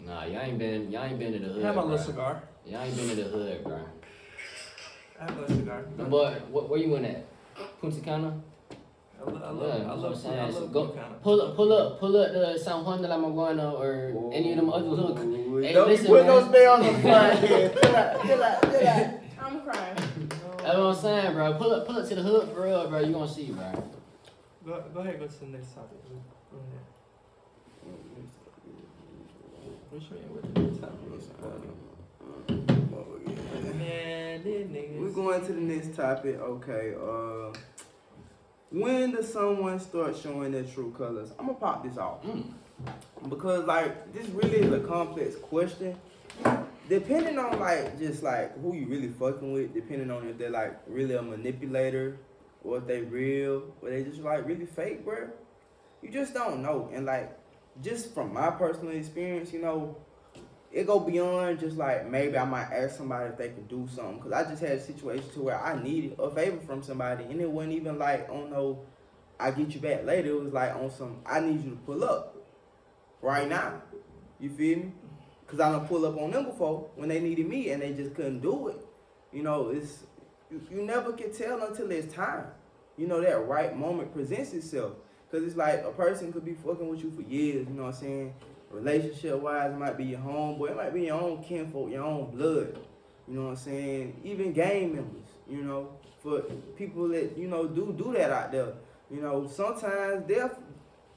[SPEAKER 3] Nah, y'all ain't been y'all ain't been to the hood.
[SPEAKER 2] Have my little
[SPEAKER 3] bruh.
[SPEAKER 2] cigar.
[SPEAKER 3] Y'all ain't been to the hood, bro.
[SPEAKER 2] Have my little cigar.
[SPEAKER 3] But what, where you went at? Punta Cana.
[SPEAKER 2] I love, I love, I
[SPEAKER 3] Yeah, that's what I'm
[SPEAKER 2] love,
[SPEAKER 3] saying.
[SPEAKER 2] I
[SPEAKER 3] So
[SPEAKER 2] love
[SPEAKER 3] go-
[SPEAKER 2] good kind of-
[SPEAKER 3] Pull up, pull up, pull up the San Juan de la Maguana or any of them other little. c- Hey,
[SPEAKER 5] Don't
[SPEAKER 3] listen,
[SPEAKER 5] be putting
[SPEAKER 3] man.
[SPEAKER 5] those spell
[SPEAKER 3] <laughs>
[SPEAKER 5] on the fly here. Chill out, chill out, chill out.
[SPEAKER 6] I'm crying.
[SPEAKER 3] That's what I'm saying, bro. Pull up, pull up to the hood for real, bro. You gonna see, bro.
[SPEAKER 2] Go, go ahead, go to the next topic. Go ahead. What's your what's your next topic? Man, these niggas.
[SPEAKER 5] We're going to the next topic. Okay. Uh, when does someone start showing their true colors? I'm gonna pop this off
[SPEAKER 3] Mm.
[SPEAKER 5] because like this really is a complex question. Depending on like just like who you really fucking with, depending on if they're like really a manipulator or if they real or they just like really fake, bro. You just don't know. And like just from my personal experience, you know, it go beyond just like maybe I might ask somebody if they could do something because I just had a situation to where I needed a favor from somebody and it wasn't even like on no I get you back later. It was like on some I need you to pull up right now. You feel me? Cause I done pull up on them before when they needed me and they just couldn't do it. You know, it's you, you never can tell until it's time. You know that right moment presents itself. Cause it's like a person could be fucking with you for years. You know what I'm saying? relationship wise, it might be your homeboy, it might be your own kinfolk, your own blood. You know what I'm saying? Even gang members, you know, for people that, you know, do do that out there. You know, sometimes they'll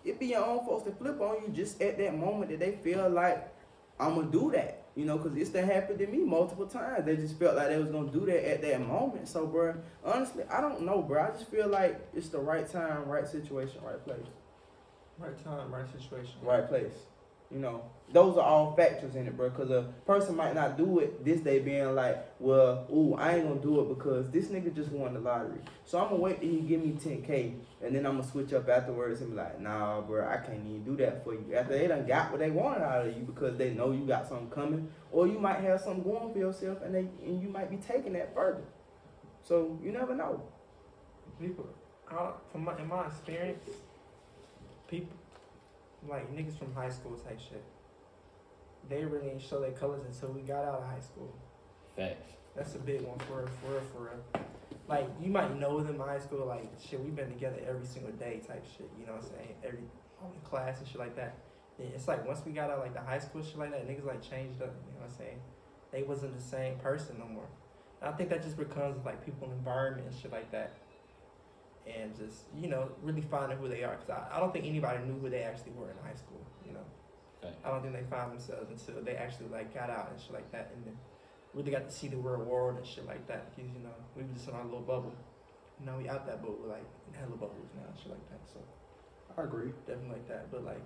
[SPEAKER 5] it be your own folks that flip on you just at that moment that they feel like I'ma do that. You know, cause it's done happened to me multiple times. They just felt like they was gonna do that at that moment. So, bro, honestly, I don't know, bro. I just feel like it's the right time, right situation, right place
[SPEAKER 2] Right time, right situation.
[SPEAKER 5] right place. You know, those are all factors in it, bro. Because a person might not do it this day, being like, "Well, ooh, I ain't gonna do it because this nigga just won the lottery." So I'm gonna wait till he give me 10k, and then I'm gonna switch up afterwards and be like, "Nah, bro, I can't even do that for you." After they done got what they wanted out of you because they know you got something coming, or you might have something going for yourself, and they and you might be taking that further. So you never know.
[SPEAKER 2] People, I, from my, in my experience, people, like niggas from high school type shit, they really ain't show their colors until we got out of high school.
[SPEAKER 3] Facts.
[SPEAKER 2] That's a big one for real, for real, for real. Like you might know them in high school, like shit, we've been together every single day type shit. You know what I'm saying? Every on the class and shit like that. Then it's like once we got out like the high school shit like that, niggas like changed up. You know what I'm saying? They wasn't the same person no more. And I think that just becomes like people environment and shit like that. And just you know really finding who they are because I, I don't think anybody knew who they actually were in high school. You know,
[SPEAKER 3] Right.
[SPEAKER 2] I don't think they found themselves until they actually like got out and shit like that and then really got to see the real world and shit like that. Cause you know, we were just in our little bubble. Now we out that bubble, like in hella bubbles now, and shit like that. So
[SPEAKER 5] I agree.
[SPEAKER 2] definitely like that. But like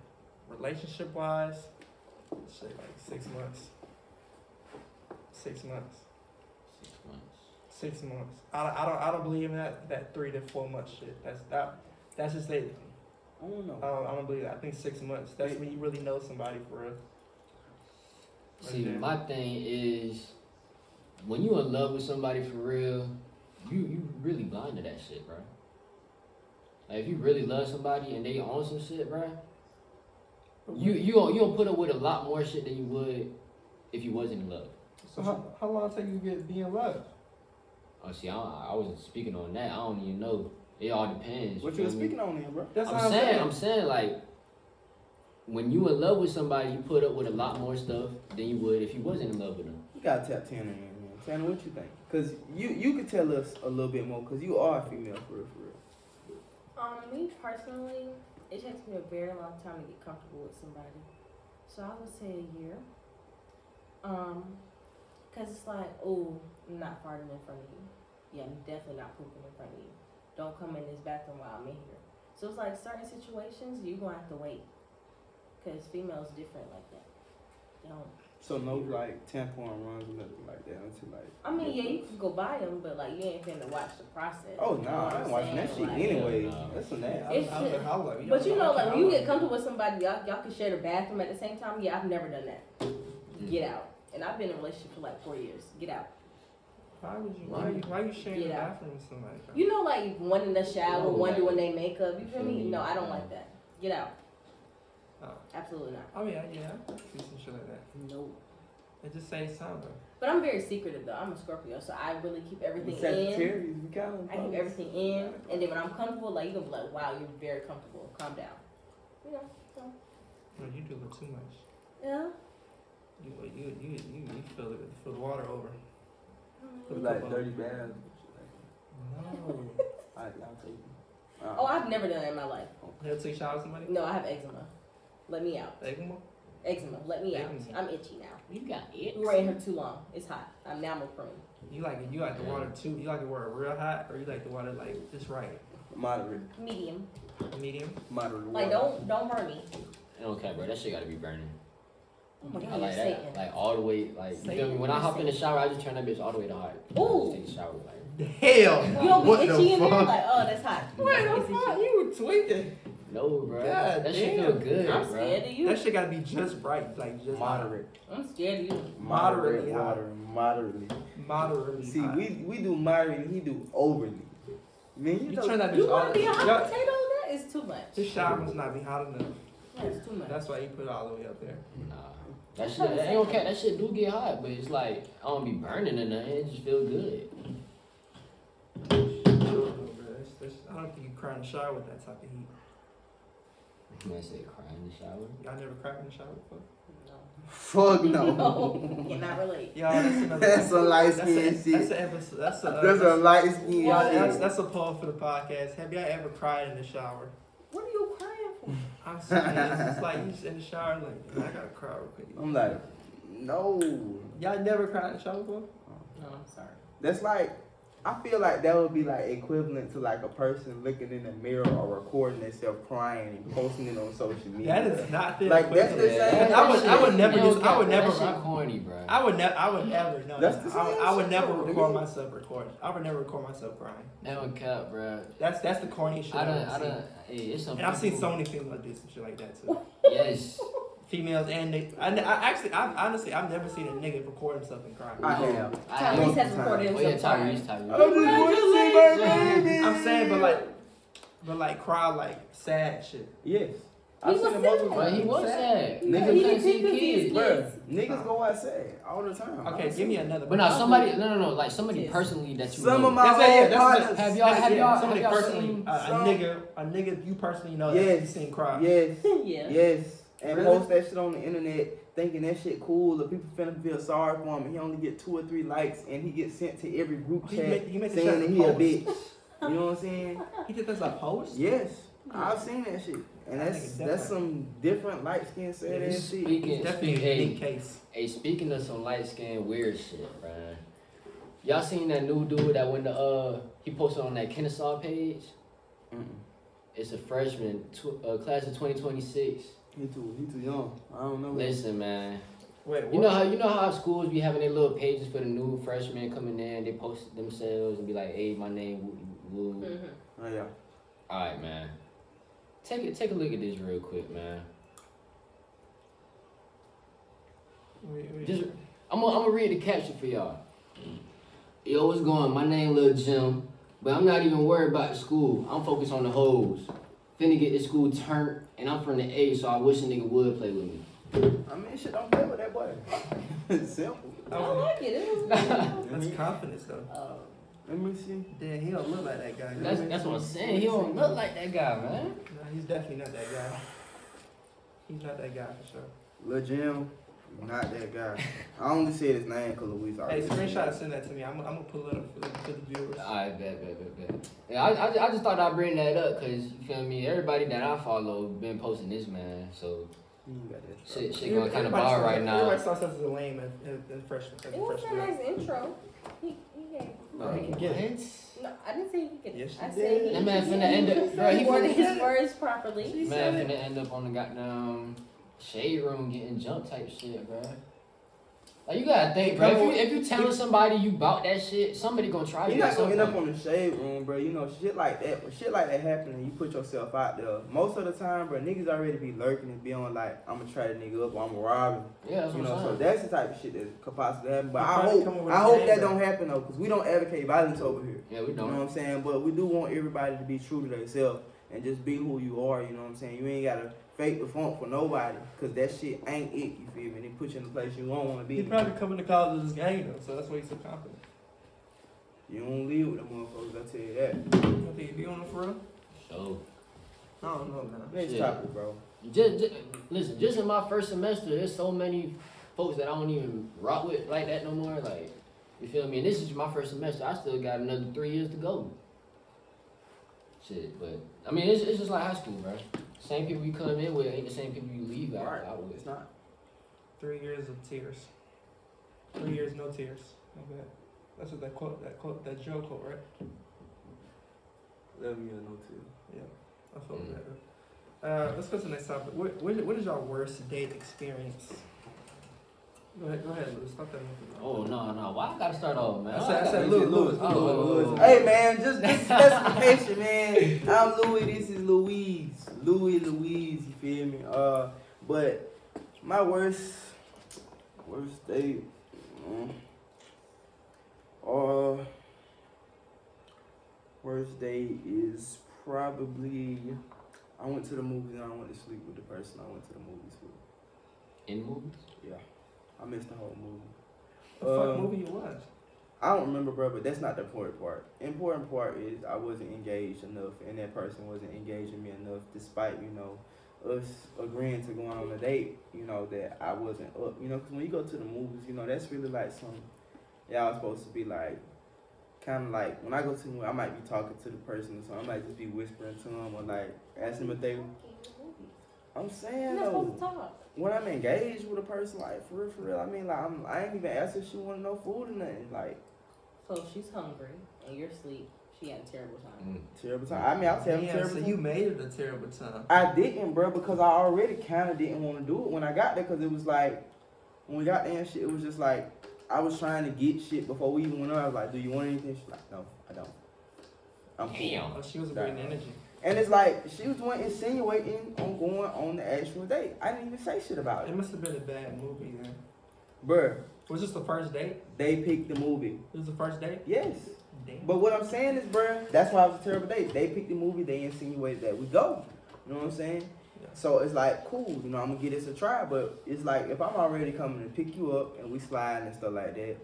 [SPEAKER 2] relationship wise, shit like six months. Six months.
[SPEAKER 3] Six months.
[SPEAKER 2] Six months. I, I don't I don't believe in that that three to four month shit. That's that that's just it.
[SPEAKER 5] I don't know.
[SPEAKER 2] I don't, I don't believe that. I think six months. That's when you really know somebody for real.
[SPEAKER 3] See,
[SPEAKER 2] Okay.
[SPEAKER 3] my thing is, when you in love with somebody for real, you you really blind to that shit, bro. Like if you really love somebody and they on some shit, bro, you you gon- you gonna put up with a lot more shit than you would if you wasn't in love.
[SPEAKER 2] So how, how long take you to get be in love?
[SPEAKER 3] Oh, see, I, I wasn't speaking on that. I don't even know. It all depends.
[SPEAKER 5] What
[SPEAKER 3] feel
[SPEAKER 5] you
[SPEAKER 3] me?
[SPEAKER 5] speaking on, then, bro?
[SPEAKER 2] That's
[SPEAKER 3] I'm saying, I'm saying, like, when you in love with somebody, you put up with a lot more stuff than you would if you wasn't in love with them.
[SPEAKER 5] You gotta tap Tanner in, man. Tanner, what you think? Cause you you could tell us a little bit more, cause you are a female for real, for real.
[SPEAKER 6] Um, me personally, it takes me a very long time to get comfortable with somebody. So I would say a year. Um, cause it's like, oh, I'm not farting in front of you. Yeah, I'm definitely not pooping in front of you. Don't come in this bathroom while I'm in here. So it's like certain situations you're gonna have to wait. Cause females different like that. They Don't.
[SPEAKER 5] So no like tampon runs or nothing like that until like.
[SPEAKER 6] I mean, yeah, you can go buy them, but like you ain't finna watch the process.
[SPEAKER 5] Oh
[SPEAKER 6] You
[SPEAKER 5] no,
[SPEAKER 6] know what
[SPEAKER 5] I
[SPEAKER 6] I'm
[SPEAKER 5] ain't watching that
[SPEAKER 6] saying?
[SPEAKER 5] shit
[SPEAKER 6] Like,
[SPEAKER 5] anyway.
[SPEAKER 3] Yeah, nah.
[SPEAKER 5] That's a nasty.
[SPEAKER 6] It's
[SPEAKER 2] I'm,
[SPEAKER 6] just-
[SPEAKER 2] I'm, I'm, like,
[SPEAKER 6] But you know, like when you get
[SPEAKER 2] comfortable.
[SPEAKER 6] comfortable with somebody, y'all y'all can share the bathroom at the same time. Yeah, I've never done that.
[SPEAKER 3] Mm.
[SPEAKER 6] Get out. And I've been in a relationship for like four years. Get out.
[SPEAKER 2] Why would you? Why are you? Why are you sharing the
[SPEAKER 6] Yeah.
[SPEAKER 2] bathroom with somebody? bro?
[SPEAKER 6] You know, like one in the shower,
[SPEAKER 3] Oh,
[SPEAKER 6] one
[SPEAKER 3] like-
[SPEAKER 6] doing their makeup. You feel me? No, I don't
[SPEAKER 3] Mm.
[SPEAKER 6] like that. Get out. Absolutely not.
[SPEAKER 2] I mean, I- Oh, yeah, I see some shit like that.
[SPEAKER 6] No.
[SPEAKER 2] It just saves time though.
[SPEAKER 6] But I'm very secretive though. I'm a Scorpio, so I really keep everything in.
[SPEAKER 5] Sagittarius, we kind of.
[SPEAKER 6] I keep everything in, and then when I'm comfortable, like you gonna be like, "Wow, you're very comfortable. Calm down."
[SPEAKER 4] You know.
[SPEAKER 2] Well, you do it too much.
[SPEAKER 6] Yeah.
[SPEAKER 2] You you you you, you feel it feel the water over.
[SPEAKER 5] Like dirty baths. and shit
[SPEAKER 2] <laughs>
[SPEAKER 5] like
[SPEAKER 2] No.
[SPEAKER 5] that. All right, y'all take it. Uh-uh.
[SPEAKER 6] Oh, I've never done that in my life.
[SPEAKER 2] He'll take showers somebody.
[SPEAKER 6] No, I have eczema. Let me out.
[SPEAKER 2] Eczema.
[SPEAKER 6] Eczema. Let me out.
[SPEAKER 2] Eczema.
[SPEAKER 6] I'm itchy now.
[SPEAKER 3] You got it.
[SPEAKER 6] You were in here too long. It's hot. I'm now more prone.
[SPEAKER 2] You like it. You like the water too. You like the water real hot, or you like the water like just right,
[SPEAKER 5] Moderate,
[SPEAKER 6] Medium.
[SPEAKER 2] medium.
[SPEAKER 5] moderate.
[SPEAKER 6] Like
[SPEAKER 5] water.
[SPEAKER 6] don't don't burn me.
[SPEAKER 3] Okay, bro, that shit gotta be burning.
[SPEAKER 6] Oh my
[SPEAKER 3] I
[SPEAKER 6] god, you're
[SPEAKER 3] like
[SPEAKER 6] Satan.
[SPEAKER 3] that. Like all the way, like you feel me? When I hop in the shower, I just turn that bitch all the way to hard.
[SPEAKER 6] Ooh.
[SPEAKER 3] I just take a shower like.
[SPEAKER 2] Hell.
[SPEAKER 6] you don't
[SPEAKER 2] what
[SPEAKER 6] get itchy
[SPEAKER 2] the
[SPEAKER 6] in there?
[SPEAKER 2] fuck?
[SPEAKER 6] Like, oh that's hot. It's itchy.
[SPEAKER 2] You were tweaking.
[SPEAKER 3] No, bro.
[SPEAKER 2] God
[SPEAKER 3] that shit
[SPEAKER 2] damn.
[SPEAKER 3] feel good,
[SPEAKER 6] I'm
[SPEAKER 3] bro.
[SPEAKER 6] scared of you.
[SPEAKER 2] That shit gotta be just right, like just
[SPEAKER 5] Moderate,
[SPEAKER 6] I'm scared of you.
[SPEAKER 5] moderate
[SPEAKER 2] Moderately hot.
[SPEAKER 5] water, moderately.
[SPEAKER 2] moderately.
[SPEAKER 5] See,
[SPEAKER 2] hot.
[SPEAKER 5] we we do moderate, he do overly. Man, you,
[SPEAKER 2] you
[SPEAKER 5] know,
[SPEAKER 2] turn that bitch
[SPEAKER 6] You
[SPEAKER 2] all
[SPEAKER 6] wanna be a hot
[SPEAKER 2] Y'all-
[SPEAKER 6] potato? That is too much.
[SPEAKER 2] This shower must not be hot enough.
[SPEAKER 6] That's too much.
[SPEAKER 2] That's why you put it all the way up there.
[SPEAKER 3] Nah. That shit, that ain't okay. That shit do get hot, but it's like I don't be burning or nothing. It just feel good.
[SPEAKER 2] I don't know, bro. That's- that's- I don't think you cry in the shower with that type of heat.
[SPEAKER 3] Man said cry in the shower.
[SPEAKER 2] Y'all never cried in the shower before?
[SPEAKER 6] No.
[SPEAKER 5] fuck no.
[SPEAKER 6] No. <laughs> Cannot relate.
[SPEAKER 2] Y'all, that's another.
[SPEAKER 5] <laughs> That's a light
[SPEAKER 2] that's a-
[SPEAKER 5] skin shit.
[SPEAKER 2] That's an episode. That's another.
[SPEAKER 5] That's a light skin
[SPEAKER 2] Y'all, that's,
[SPEAKER 5] shit.
[SPEAKER 2] that's a poll for the podcast. Have y'all ever cried in the shower?
[SPEAKER 6] What are you crying
[SPEAKER 2] I'm serious. it's like you just in the shower, like "Man, I gotta cry real quick.
[SPEAKER 5] I'm like, no.
[SPEAKER 2] Y'all never cried in the shower before?
[SPEAKER 6] for? No, I'm sorry.
[SPEAKER 5] That's like, I feel like that would be like equivalent to like a person looking in the mirror or recording themselves crying and posting it on social media.
[SPEAKER 2] That is not the
[SPEAKER 5] Like, that's the
[SPEAKER 2] equivalent.
[SPEAKER 5] same.
[SPEAKER 2] I would, I would never
[SPEAKER 3] No
[SPEAKER 2] just, I would
[SPEAKER 3] cap,
[SPEAKER 2] never,
[SPEAKER 3] That shit
[SPEAKER 2] I,
[SPEAKER 3] corny, bro.
[SPEAKER 2] would never, I would never, no,
[SPEAKER 5] That's the
[SPEAKER 2] no, I,
[SPEAKER 5] same
[SPEAKER 2] I would
[SPEAKER 5] shit,
[SPEAKER 2] never
[SPEAKER 5] bro.
[SPEAKER 2] record myself recording. I would never record myself crying.
[SPEAKER 3] That one cap, bro.
[SPEAKER 2] That's that's the corny shit.
[SPEAKER 3] I
[SPEAKER 2] I've
[SPEAKER 3] done,
[SPEAKER 2] ever
[SPEAKER 3] I
[SPEAKER 2] seen.
[SPEAKER 3] done. Hey, it's some
[SPEAKER 2] And I've seen
[SPEAKER 3] people-
[SPEAKER 2] so many females do some shit like that too.
[SPEAKER 3] Yes.
[SPEAKER 2] Females and they, I, ne- I actually, I honestly, I've never seen a nigga record himself and cry.
[SPEAKER 5] I have.
[SPEAKER 3] I
[SPEAKER 6] Tyrese
[SPEAKER 5] Most
[SPEAKER 6] has
[SPEAKER 5] time.
[SPEAKER 6] recorded
[SPEAKER 3] Oh yeah,
[SPEAKER 6] himself
[SPEAKER 3] Tyrese,
[SPEAKER 6] crying.
[SPEAKER 5] I
[SPEAKER 3] Tyrese.
[SPEAKER 5] just want to see my baby.
[SPEAKER 2] I'm saying, but like, but like cry like sad shit.
[SPEAKER 5] yes.
[SPEAKER 6] He was
[SPEAKER 5] multiple
[SPEAKER 3] But he
[SPEAKER 5] times.
[SPEAKER 3] was
[SPEAKER 5] Niggas
[SPEAKER 3] sad.
[SPEAKER 6] he
[SPEAKER 3] couldn't
[SPEAKER 6] didn't
[SPEAKER 3] see
[SPEAKER 6] think of these
[SPEAKER 3] kids.
[SPEAKER 5] Bruh,
[SPEAKER 6] kids.
[SPEAKER 5] niggas go outside all the time.
[SPEAKER 2] Okay, give me another.
[SPEAKER 3] But no,
[SPEAKER 2] one.
[SPEAKER 3] somebody, no, no, no, like somebody
[SPEAKER 6] Yes.
[SPEAKER 3] personally that you
[SPEAKER 5] Some
[SPEAKER 3] know.
[SPEAKER 5] of my
[SPEAKER 2] That's it, yeah, that's
[SPEAKER 5] old
[SPEAKER 2] it.
[SPEAKER 5] partners.
[SPEAKER 3] Have y'all, have
[SPEAKER 2] Yeah,
[SPEAKER 3] y'all, have
[SPEAKER 2] somebody
[SPEAKER 3] y'all
[SPEAKER 2] personally,
[SPEAKER 3] seen?
[SPEAKER 2] a- a
[SPEAKER 5] some-
[SPEAKER 2] nigga, a nigga you personally know that you
[SPEAKER 5] Yes.
[SPEAKER 2] seen cry.
[SPEAKER 5] Yes.
[SPEAKER 6] <laughs> yeah.
[SPEAKER 5] Yes, and
[SPEAKER 2] Really?
[SPEAKER 5] post that shit on the internet, thinking that shit cool. The people finna feel sorry for him, and he only get two or three likes, and he gets sent to every group
[SPEAKER 2] He
[SPEAKER 5] chat
[SPEAKER 2] make- Oh, he makes a shot
[SPEAKER 5] saying that he a
[SPEAKER 2] post.
[SPEAKER 5] bitch. You know what I'm saying?
[SPEAKER 2] He did this like post.
[SPEAKER 5] Yes, I've seen that shit, and
[SPEAKER 2] I
[SPEAKER 5] that's
[SPEAKER 2] think it's
[SPEAKER 5] that's some different light skin
[SPEAKER 2] Yeah,
[SPEAKER 5] said ass shit.
[SPEAKER 3] Speaking,
[SPEAKER 2] Definitely
[SPEAKER 3] speaking,
[SPEAKER 2] a unique
[SPEAKER 3] hey,
[SPEAKER 2] case.
[SPEAKER 3] hey, speaking of some light skin weird shit, bruh. Y'all seen that new dude that went to uh he posted on that Kennesaw page?
[SPEAKER 5] Mm-mm.
[SPEAKER 3] It's a freshman, tw- uh, class of twenty twenty six.
[SPEAKER 5] He too he too young. I don't know.
[SPEAKER 3] Listen, man.
[SPEAKER 2] Wait, what?
[SPEAKER 3] You know how you know how schools be having their little pages for the new freshmen coming in. They post themselves and be like, "Hey, my name woo woo." woo."
[SPEAKER 6] Mhm.
[SPEAKER 5] Oh yeah.
[SPEAKER 3] All right, man. Take a take a look at this real quick, man.
[SPEAKER 2] Wait, wait.
[SPEAKER 3] Just I'm gonna I'm gonna read the caption for y'all. Yo, what's going? My name Lil Jim, but I'm not even worried about the school. I'm focused on the hoes. Finna get this school turned, and I'm from the A, so I wish a nigga would play with me.
[SPEAKER 5] I mean, shit, don't play with that boy. <laughs> Simple.
[SPEAKER 6] I don't like it. It was-
[SPEAKER 2] that's confidence though.
[SPEAKER 6] Oh.
[SPEAKER 5] Let me see.
[SPEAKER 2] Damn, he don't look like that guy.
[SPEAKER 3] That's that's what I'm saying. He don't look like that guy, man.
[SPEAKER 2] No, he's definitely not that guy. He's not that guy for sure.
[SPEAKER 5] Lil Jim, not that guy. I only said his name because Louise
[SPEAKER 2] Hey,
[SPEAKER 5] already.
[SPEAKER 2] screenshot and send that to me. I'm, I'm gonna pull it up for the, for the viewers.
[SPEAKER 3] I bet, bet, bet, bet. Yeah, I, I, ju- I just thought I'd bring that up because, you feel me, everybody that I follow been posting this man, so
[SPEAKER 5] He ain't got that.
[SPEAKER 3] shit, shit going kind of
[SPEAKER 2] Everybody
[SPEAKER 3] bar
[SPEAKER 2] saw-
[SPEAKER 3] right now.
[SPEAKER 2] Everybody saw us as a lame and, and, and freshman. As
[SPEAKER 4] It
[SPEAKER 2] a
[SPEAKER 4] was a
[SPEAKER 2] freshman.
[SPEAKER 4] nice intro. He, he gave.
[SPEAKER 3] Bro,
[SPEAKER 2] You can get
[SPEAKER 3] what?
[SPEAKER 4] No, I didn't say he could.
[SPEAKER 2] Yes,
[SPEAKER 4] I
[SPEAKER 2] you
[SPEAKER 4] said
[SPEAKER 2] did.
[SPEAKER 4] he.
[SPEAKER 3] That man finna
[SPEAKER 6] <laughs>
[SPEAKER 3] end up, bro,
[SPEAKER 6] He
[SPEAKER 3] he
[SPEAKER 6] worded
[SPEAKER 3] finna,
[SPEAKER 6] his words properly.
[SPEAKER 3] man finna end up on the goddamn shade room getting jump type shit, bro. Like, you gotta think, bro. If you, if you telling somebody you bout that shit, somebody gonna try
[SPEAKER 5] You're
[SPEAKER 3] you.
[SPEAKER 5] not gonna end up on the shade room, bro. You know, shit like that. When shit like that happen and you put yourself out there, most of the time, bro, niggas already be lurking and be on like, I'm gonna try the nigga up, or I'm gonna rob him.
[SPEAKER 3] Yeah, that's
[SPEAKER 5] You
[SPEAKER 3] what
[SPEAKER 5] know,
[SPEAKER 3] I'm
[SPEAKER 5] so
[SPEAKER 3] saying.
[SPEAKER 5] that's the type of shit that could possibly happen. But
[SPEAKER 2] You
[SPEAKER 5] I
[SPEAKER 2] probably
[SPEAKER 5] hope,
[SPEAKER 2] come up with
[SPEAKER 5] I
[SPEAKER 2] a
[SPEAKER 5] hope
[SPEAKER 2] name,
[SPEAKER 5] that
[SPEAKER 2] though.
[SPEAKER 5] don't happen though, cause we don't advocate violence over here.
[SPEAKER 3] Yeah, we
[SPEAKER 5] You know what
[SPEAKER 3] don't.
[SPEAKER 5] I'm saying? But we do want everybody to be true to themselves and just be who you are. You know what I'm saying? You ain't gotta fake the funk for nobody, cause that shit ain't it. You feel me? And it put you in a place you don't want to be.
[SPEAKER 2] He
[SPEAKER 5] in.
[SPEAKER 2] probably coming to college with his gang though, so that's why he's so confident.
[SPEAKER 5] You don't live with them motherfuckers. I tell you that.
[SPEAKER 2] I think he be on the for real.
[SPEAKER 3] So
[SPEAKER 2] I don't know, man.
[SPEAKER 5] Next
[SPEAKER 3] Yeah.
[SPEAKER 5] topic, bro.
[SPEAKER 3] just, just listen, just in my first semester, there's so many folks that I don't even rock with like that no more. Like, you feel me? And this is my first semester. I still got another three years to go. Shit, but I mean, it's, it's just like high school, bro. Same people you come in with ain't the same people you leave out,
[SPEAKER 5] Right.
[SPEAKER 3] out with.
[SPEAKER 5] It's not.
[SPEAKER 2] Three years of tears. Three years, no tears. Okay. That's what that quote, that quote, that Joe quote, right?
[SPEAKER 5] Let me know too.
[SPEAKER 2] Yeah. I feel
[SPEAKER 3] Mm.
[SPEAKER 2] that. Uh, let's go to the next topic. What, what, what is your worst date experience? Go ahead, go ahead, Lou. Stop that.
[SPEAKER 3] Oh no, no. Why I gotta start off, man?
[SPEAKER 2] I
[SPEAKER 3] Why
[SPEAKER 2] said- I
[SPEAKER 3] gotta-
[SPEAKER 2] said Lou, Lou,
[SPEAKER 3] Oh,
[SPEAKER 2] Lou, Lou.
[SPEAKER 5] Hey man, just this specification, man. I'm Louis. This is Louise. Louis, Louise. You feel me? Uh, but my worst, worst date. mm, Uh, worst date is probably. I went to the movies and I went to sleep with the person I went to the movies with.
[SPEAKER 3] In movies?
[SPEAKER 5] Yeah, I missed the whole movie.
[SPEAKER 2] The fuck
[SPEAKER 5] Um,
[SPEAKER 2] movie you watched?
[SPEAKER 5] I don't remember, bro, but that's not the important part. Important part is I wasn't engaged enough, and that person wasn't engaging me enough, despite you know us agreeing to going on a date. You know that I wasn't up. You know, 'cause when you go to the movies, you know that's really like some y'all supposed to be like, kind of like when I go to the movie, I might be talking to the person, so I might just be whispering to them or like asking them if they. I'm
[SPEAKER 4] You're
[SPEAKER 5] saying
[SPEAKER 4] not supposed
[SPEAKER 5] though,
[SPEAKER 4] to talk.
[SPEAKER 5] when I'm engaged with a person, like for real, for real, I mean, like I'm, I ain't even asking if she want no food or nothing, like.
[SPEAKER 6] So she's hungry and you're asleep. She had a terrible time.
[SPEAKER 3] Mm.
[SPEAKER 5] Terrible time. I mean, I was having
[SPEAKER 2] Yeah,
[SPEAKER 5] terrible
[SPEAKER 2] so
[SPEAKER 5] time.
[SPEAKER 2] you made it a terrible time.
[SPEAKER 5] I didn't, bro, because I already kind of didn't want to do it when I got there, because it was like, when we got there and shit, it was just like, I was trying to get shit before we even went on. I was like, do you want anything? She's like, no, I don't. I'm cool.
[SPEAKER 3] Damn.
[SPEAKER 2] Oh, she was bringing energy.
[SPEAKER 5] And it's like, she was doing insinuating on going on the actual date. I didn't even say shit about
[SPEAKER 2] It
[SPEAKER 5] it.
[SPEAKER 2] must have been a bad movie, man.
[SPEAKER 5] Bruh,
[SPEAKER 2] Was this the first date?
[SPEAKER 5] they picked the movie.
[SPEAKER 2] This is the first date?
[SPEAKER 5] Yes.
[SPEAKER 2] Damn.
[SPEAKER 5] But what I'm saying is, bruh, that's why it was a terrible date. They picked the movie, they insinuated that we go. You know what I'm saying?
[SPEAKER 2] Yeah.
[SPEAKER 5] So it's like, cool, you know, I'm gonna give this a try, but it's like if I'm already coming to pick you up and we slide and stuff like that,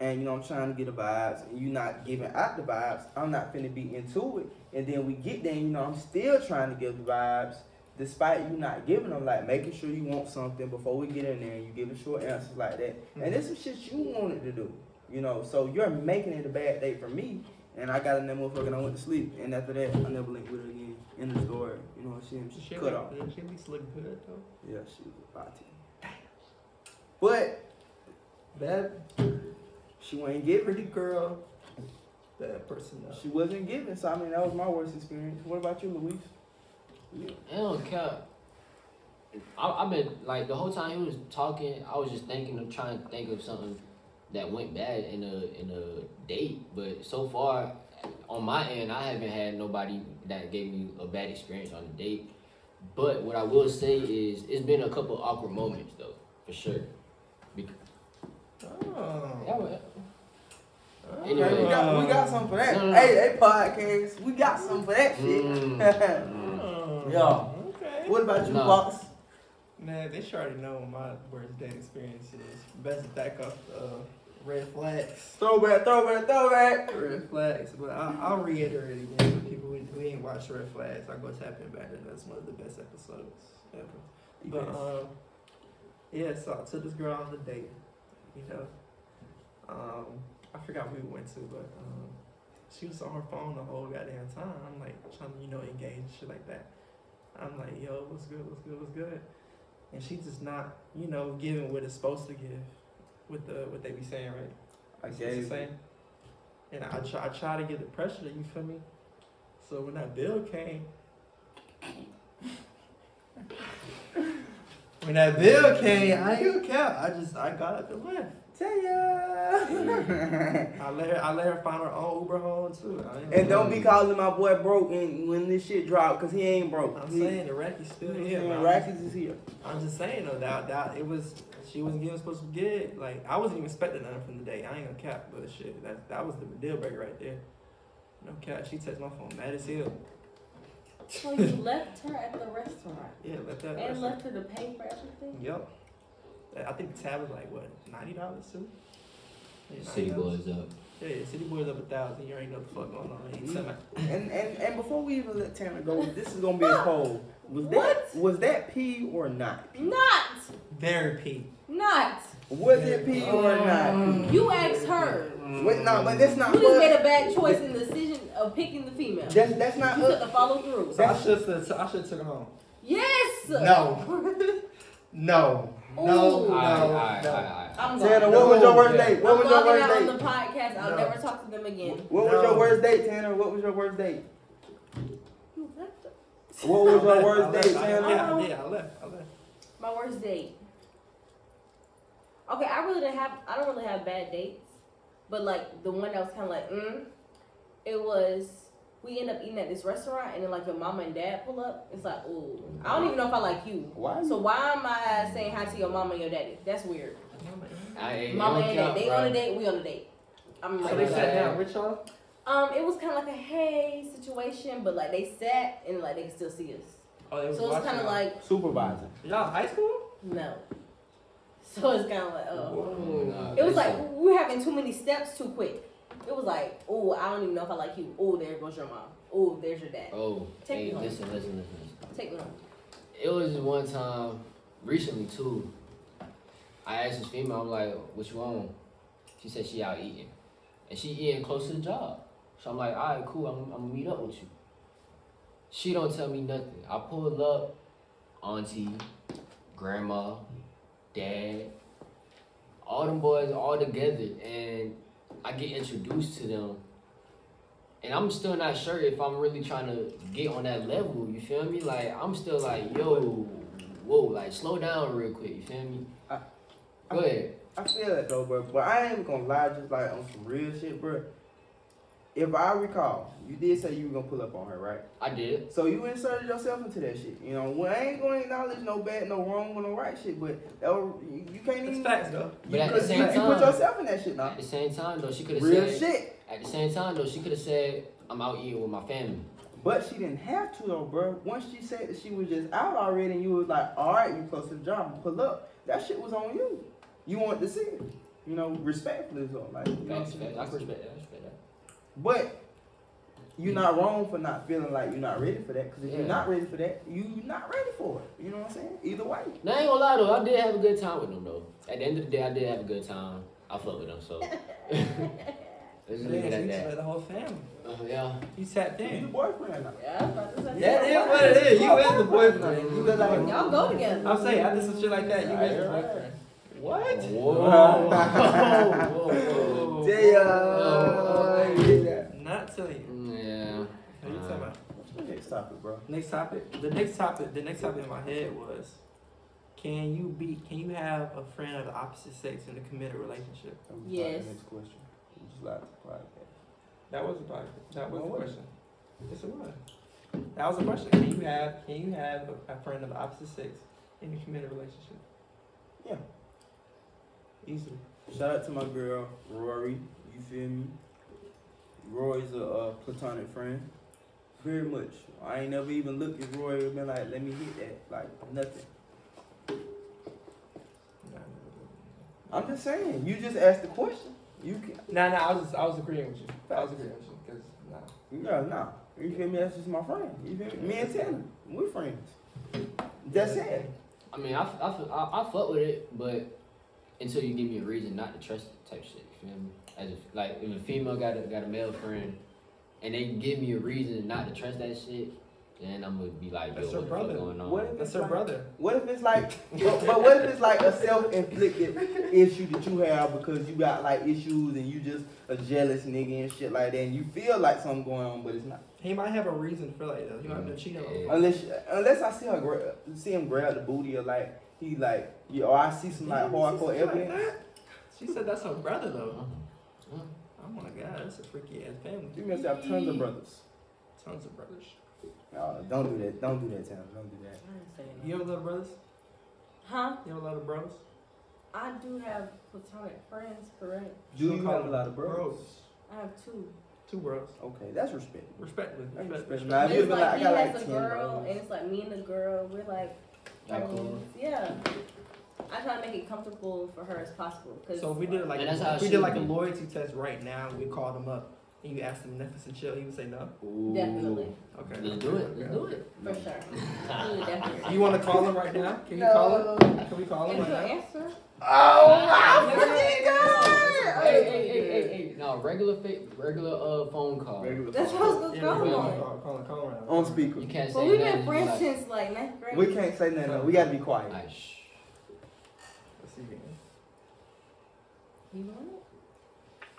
[SPEAKER 5] and you know, I'm trying to get the vibes, and you not giving out the vibes, I'm not finna be into it. And then we get there, and, you know, I'm still trying to give the vibes, despite you not giving them, like making sure you want something before we get in there, and you giving short answers like that. And this is shit you wanted to do, you know. So you're making it a bad day for me, and I got in that motherfucker and I went to sleep. And after that, I never linked with her again. End of story. You know, she,
[SPEAKER 2] Did
[SPEAKER 5] she
[SPEAKER 2] she,
[SPEAKER 5] cut off.
[SPEAKER 2] did she at least look good, though?
[SPEAKER 5] Yeah, she was about to. But
[SPEAKER 2] Bad,
[SPEAKER 5] she wasn't giving.
[SPEAKER 2] pretty girl. Bad person, though.
[SPEAKER 5] She wasn't giving. So I mean, that was my worst experience. What about you, Luis?
[SPEAKER 3] I don't care. I, I've been like the whole time he was talking, I was just thinking of trying to think of something that went bad in a in a date. But so far, on my end, I haven't had nobody that gave me a bad experience on a date. But what I will say is, it's been a couple awkward moments though, for sure.
[SPEAKER 2] Oh.
[SPEAKER 3] Anyway.
[SPEAKER 5] Okay, we got we got something for that.
[SPEAKER 3] No, no, no.
[SPEAKER 5] Hey, hey, podcast. We got something for that <laughs> shit.
[SPEAKER 3] Mm. Mm.
[SPEAKER 5] Yeah.
[SPEAKER 2] Oh. Okay.
[SPEAKER 5] What about you,
[SPEAKER 3] No.
[SPEAKER 5] Fox?
[SPEAKER 2] Man, they should already know what my worst date experience is. Best back up uh, red flags.
[SPEAKER 5] Throwback, throwback, throwback.
[SPEAKER 2] Red flags. But I, I'll reiterate again for people who, who ain't watched Red Flags. I go tap in back and that's one of the best episodes ever. But um, yeah, so I took this girl on the date. You know, um, I forgot who we went to, but um, she was on her phone the whole goddamn time. I'm like trying to, you know, engage and shit like that. I'm like, yo, what's good, what's good, what's good, and she just not, you know, giving what it's supposed to give, with the what they be saying, right?
[SPEAKER 5] I
[SPEAKER 2] That's what you
[SPEAKER 5] gave
[SPEAKER 2] saying. And I try, I try to get the pressure, you feel me? So when that bill came, when that bill came, I ain't gonna care. I just, I got up and left.
[SPEAKER 5] Tell
[SPEAKER 3] Mm.
[SPEAKER 5] ya. <laughs>
[SPEAKER 2] I let her, I let her find her own Uber home too. I ain't
[SPEAKER 5] And don't be calling my boy broke when, when this shit drop, cause he ain't broke.
[SPEAKER 2] I'm
[SPEAKER 5] He-
[SPEAKER 2] saying the rack is still
[SPEAKER 5] he-
[SPEAKER 2] here.
[SPEAKER 5] he-
[SPEAKER 2] but I'm
[SPEAKER 5] Rackets Mm-hmm. is here.
[SPEAKER 2] I'm just saying though that that it was she wasn't getting supposed to get like I wasn't even expecting nothing from the day. I ain't gonna cap, but shit, that that was the deal breaker right there. No cap, she touched my phone mad as hell.
[SPEAKER 6] So you left her at the restaurant
[SPEAKER 2] Yeah, let that.
[SPEAKER 6] and left her to pay for everything.
[SPEAKER 2] Yep. I think the tab was like what ninety dollars too. Yeah,
[SPEAKER 3] City
[SPEAKER 2] $90?
[SPEAKER 3] boys up.
[SPEAKER 2] Yeah, yeah, City Boy's up a thousand. You ain't know what the fuck going on. Ain't
[SPEAKER 5] Mhm.
[SPEAKER 2] seven.
[SPEAKER 5] And and and before we even let Tanner go, this is gonna be a poll. Was that was that pee or not?
[SPEAKER 6] Not,
[SPEAKER 2] Very peak.
[SPEAKER 6] not.
[SPEAKER 5] Was it pee or not?
[SPEAKER 6] You asked her.
[SPEAKER 2] Mm.
[SPEAKER 5] Wait, no, but that's not.
[SPEAKER 6] You just made
[SPEAKER 5] us.
[SPEAKER 6] a bad choice in the decision of picking the female. You
[SPEAKER 5] That's that's not
[SPEAKER 6] took
[SPEAKER 5] us.
[SPEAKER 6] the follow through.
[SPEAKER 2] So I should have. I should have took it home.
[SPEAKER 6] Yes.
[SPEAKER 2] No. No. No.
[SPEAKER 6] Ooh.
[SPEAKER 3] All
[SPEAKER 2] No.
[SPEAKER 3] right, all right, all
[SPEAKER 2] no.
[SPEAKER 3] right.
[SPEAKER 6] <laughs> I'm going.
[SPEAKER 5] Tanner, what was your worst
[SPEAKER 2] Yeah.
[SPEAKER 5] date?
[SPEAKER 6] I'm
[SPEAKER 5] What was your
[SPEAKER 6] logging out on
[SPEAKER 5] worst
[SPEAKER 6] the
[SPEAKER 5] date?
[SPEAKER 6] podcast. I'll
[SPEAKER 2] No.
[SPEAKER 6] never talk to them again.
[SPEAKER 5] What was
[SPEAKER 2] No.
[SPEAKER 5] your worst date, Tanner? What was your worst date?
[SPEAKER 6] You left her.
[SPEAKER 5] What
[SPEAKER 2] I
[SPEAKER 5] was
[SPEAKER 2] <laughs>
[SPEAKER 5] your
[SPEAKER 2] left, I
[SPEAKER 5] worst
[SPEAKER 2] left,
[SPEAKER 5] date,
[SPEAKER 2] I left,
[SPEAKER 5] Tanner?
[SPEAKER 2] Yeah, I did. I left. I left.
[SPEAKER 6] My worst date. Okay, I really didn't have. I don't really have bad dates, but like the one that was kind of like, mm, it was. We end up eating at this restaurant, and then like your mama and dad pull up. It's like, ooh, I don't even know if I like you.
[SPEAKER 5] Why?
[SPEAKER 6] So why am I saying hi to your mama and your daddy? That's weird.
[SPEAKER 3] I, it
[SPEAKER 6] Mama
[SPEAKER 3] don't
[SPEAKER 6] and
[SPEAKER 3] count,
[SPEAKER 6] daddy, they
[SPEAKER 3] bro.
[SPEAKER 6] on a date, we on a date. I'm
[SPEAKER 2] So
[SPEAKER 6] like,
[SPEAKER 2] they
[SPEAKER 6] that.
[SPEAKER 2] sat down with y'all.
[SPEAKER 6] um, it was kind of like a hey situation, but like they sat and like they could still see us.
[SPEAKER 2] Oh, they was
[SPEAKER 6] So it's
[SPEAKER 2] watching
[SPEAKER 6] kind of
[SPEAKER 2] y'all.
[SPEAKER 6] like
[SPEAKER 5] Supervisor.
[SPEAKER 2] y'all high school.
[SPEAKER 6] no. So it's kind of like oh.
[SPEAKER 3] Nah,
[SPEAKER 6] It was like
[SPEAKER 3] listen.
[SPEAKER 6] we were having too many steps too quick. It was like, oh, I don't even know if I like you. Oh, there goes your mom. Oh, there's your dad.
[SPEAKER 3] Oh,
[SPEAKER 6] Take
[SPEAKER 3] hey,
[SPEAKER 6] me home.
[SPEAKER 3] listen, listen, listen, listen.
[SPEAKER 6] Take me home.
[SPEAKER 3] It was one time recently too. I asked this female, I'm like, "What you on?" She said she out eating, and she eating close to the job. So I'm like, "All right, cool. I'm, I'm gonna meet up with you." She don't tell me nothing. I pull up, auntie, grandma, dad, all them boys all together, and I get introduced to them. And I'm still not sure if I'm really trying to get on that level. You feel me? Like I'm still like, yo, whoa, like slow down real quick. You feel me?
[SPEAKER 5] I-
[SPEAKER 3] Go ahead.
[SPEAKER 5] I feel that though, bro. But I ain't gonna lie, just like on some real shit, bro. If I recall, you did say you were gonna pull up on her, right?
[SPEAKER 3] I did.
[SPEAKER 5] So you inserted yourself into that shit. You know, well, I ain't gonna acknowledge no bad, no wrong, or no right shit, but that, was- you, you can't
[SPEAKER 2] It's
[SPEAKER 5] even.
[SPEAKER 2] facts though.
[SPEAKER 5] You,
[SPEAKER 3] But at the
[SPEAKER 5] could-
[SPEAKER 3] same
[SPEAKER 5] you, you put
[SPEAKER 3] time-
[SPEAKER 5] yourself in that shit now.
[SPEAKER 3] At the same time though, she could have
[SPEAKER 5] Real
[SPEAKER 3] said.
[SPEAKER 5] shit.
[SPEAKER 3] At the same time though, she could have said, I'm out eating with my family.
[SPEAKER 5] But she didn't have to though, bro. Once she said that she was just out already, and you was like, all right, you close to the job, pull up. That shit was on you. You want to see it. You know, respectfully, so like. You know,
[SPEAKER 3] Facts, facts. I can respect that. I respect that.
[SPEAKER 5] But you're not wrong for not feeling like you're not ready for that. Because if
[SPEAKER 3] Yeah.
[SPEAKER 5] you're not ready for that, you're not ready for it. You know what I'm saying? Either way.
[SPEAKER 3] Now I ain't gonna lie though, I did have a good time with them though. At the end of the day, I did have a good time. I fuck with them, <laughs> so. Let's leave it at
[SPEAKER 2] Yeah,
[SPEAKER 3] that.
[SPEAKER 2] the whole family.
[SPEAKER 3] Uh, yeah.
[SPEAKER 2] You tapped
[SPEAKER 5] You the
[SPEAKER 2] in.
[SPEAKER 5] boyfriend now.
[SPEAKER 6] Yeah, I was about to say.
[SPEAKER 2] That is what it is. You is the boyfriend.
[SPEAKER 5] You look like-
[SPEAKER 6] Y'all go together.
[SPEAKER 2] I'm saying I did some shit like that. You is the
[SPEAKER 5] Alright.
[SPEAKER 2] boyfriend. What?
[SPEAKER 3] Whoa. whoa, whoa, whoa.
[SPEAKER 2] Oh.
[SPEAKER 5] Yeah.
[SPEAKER 3] Oh.
[SPEAKER 5] you did that.
[SPEAKER 2] Not till you.
[SPEAKER 3] <laughs> Yeah.
[SPEAKER 2] What you talking about?
[SPEAKER 5] What's the next topic, bro?
[SPEAKER 2] Next topic. The next topic. The next topic in my head was, can you be? Can you have a friend of the opposite sex in a committed relationship?
[SPEAKER 5] That was
[SPEAKER 6] Yes.
[SPEAKER 5] the Next question. We just lied to the podcast.
[SPEAKER 2] That was about. That was
[SPEAKER 5] No,
[SPEAKER 2] the
[SPEAKER 5] it wasn't.
[SPEAKER 2] question. Yes, it was. That was the question. Can you have? Can you have a, a friend of the opposite sex in a committed relationship?
[SPEAKER 5] Yeah.
[SPEAKER 2] Easily.
[SPEAKER 5] Shout out to my girl, Rory. You feel me? Rory's a uh, platonic friend. Very much. I ain't never even looked at Rory and been like, let me hit that. Like, nothing. I'm just saying. You just asked the question. You can.
[SPEAKER 2] Nah, nah. I was. Just, I was agreeing with you. I was agreeing with you because nah.
[SPEAKER 5] Yeah, nah. You feel me? That's just my friend. You feel me? Me and Tanner, we're friends. That's it.
[SPEAKER 3] I mean, I, I, I, I fuck with it, but until you give me a reason not to trust it, type shit. You feel me? As if, like, if a female got a, got a male friend and they give me a reason not to trust that shit, then I'm gonna be like, yo,
[SPEAKER 2] That's her
[SPEAKER 3] what the
[SPEAKER 2] brother.
[SPEAKER 3] fuck going on?
[SPEAKER 5] What?
[SPEAKER 2] That's her brother.
[SPEAKER 5] What if it's like, but, but what if it's like a self-inflicted issue that you have because you got like issues and you just a jealous nigga and shit like that, and you feel like something going on, but it's not.
[SPEAKER 2] He might have a reason for like that. He might have been cheating on. him.
[SPEAKER 3] Yeah.
[SPEAKER 5] Unless unless I see her gra- see him grab the booty or like he like, yeah, or I see some like
[SPEAKER 2] Yeah, she
[SPEAKER 5] hardcore
[SPEAKER 2] said like
[SPEAKER 5] evidence.
[SPEAKER 2] that. She said that's her brother though.
[SPEAKER 3] Uh,
[SPEAKER 2] Oh my god, that's a freaky ass
[SPEAKER 5] You
[SPEAKER 2] family.
[SPEAKER 5] must have tons of brothers.
[SPEAKER 2] Tons of brothers.
[SPEAKER 5] No, don't do that. Don't do that, Tanner. Don't do that.
[SPEAKER 6] I ain't saying
[SPEAKER 2] You
[SPEAKER 6] no.
[SPEAKER 2] ever love brothers?
[SPEAKER 6] Huh?
[SPEAKER 2] You ever love the bros?
[SPEAKER 6] I do have platonic friends, correct?
[SPEAKER 5] Do
[SPEAKER 2] Don't
[SPEAKER 5] you
[SPEAKER 2] call
[SPEAKER 5] have a
[SPEAKER 2] them
[SPEAKER 5] lot of
[SPEAKER 2] bros.
[SPEAKER 5] bros?
[SPEAKER 6] I have two.
[SPEAKER 2] Two girls.
[SPEAKER 5] Okay, that's respect.
[SPEAKER 2] Respectfully.
[SPEAKER 5] That's
[SPEAKER 2] respectfully.
[SPEAKER 5] respect. Nah, if
[SPEAKER 6] But
[SPEAKER 5] you
[SPEAKER 6] it's
[SPEAKER 5] been
[SPEAKER 6] like,
[SPEAKER 5] like, I
[SPEAKER 6] he
[SPEAKER 5] got
[SPEAKER 6] has
[SPEAKER 5] like
[SPEAKER 6] a
[SPEAKER 5] ten
[SPEAKER 6] girl,
[SPEAKER 5] brothers.
[SPEAKER 6] and it's like me and the girl, we're like,
[SPEAKER 3] Y'all cool.
[SPEAKER 6] friends. yeah. I try to make it comfortable for her as possible. Cause
[SPEAKER 2] So if we did like
[SPEAKER 3] And that's how
[SPEAKER 2] if
[SPEAKER 3] it
[SPEAKER 2] we
[SPEAKER 3] should
[SPEAKER 2] did like a
[SPEAKER 3] be.
[SPEAKER 2] loyalty test right now, we called him up and you asked him Netflix and chill, he would say no.
[SPEAKER 3] Ooh.
[SPEAKER 6] Definitely.
[SPEAKER 2] Okay.
[SPEAKER 3] Let's do it.
[SPEAKER 2] Okay.
[SPEAKER 3] Let's do it.
[SPEAKER 6] For
[SPEAKER 5] <laughs>
[SPEAKER 6] sure. He would definitely.
[SPEAKER 2] You want to call him right now? Can you call him?
[SPEAKER 5] No.
[SPEAKER 2] Can we call him
[SPEAKER 6] And
[SPEAKER 2] right
[SPEAKER 6] she'll
[SPEAKER 2] now?
[SPEAKER 6] answer.
[SPEAKER 5] Oh
[SPEAKER 6] Yeah.
[SPEAKER 5] my fucking
[SPEAKER 6] Oh.
[SPEAKER 5] god!
[SPEAKER 3] Hey, hey, hey, hey, hey. No, regular, fa- regular uh, phone call.
[SPEAKER 6] That's what I was gonna
[SPEAKER 2] Yeah,
[SPEAKER 6] call
[SPEAKER 2] we
[SPEAKER 6] him
[SPEAKER 2] call
[SPEAKER 3] on.
[SPEAKER 2] him,
[SPEAKER 6] on.
[SPEAKER 2] call, call him, call him right now.
[SPEAKER 5] On speaker.
[SPEAKER 3] You can't say
[SPEAKER 6] But we've been
[SPEAKER 3] nothing,
[SPEAKER 6] friends
[SPEAKER 3] like-
[SPEAKER 6] since like ninth grade.
[SPEAKER 5] We can't say nothing. though. We gotta be quiet.
[SPEAKER 3] Like, shh.
[SPEAKER 2] Let's see.
[SPEAKER 6] You want it?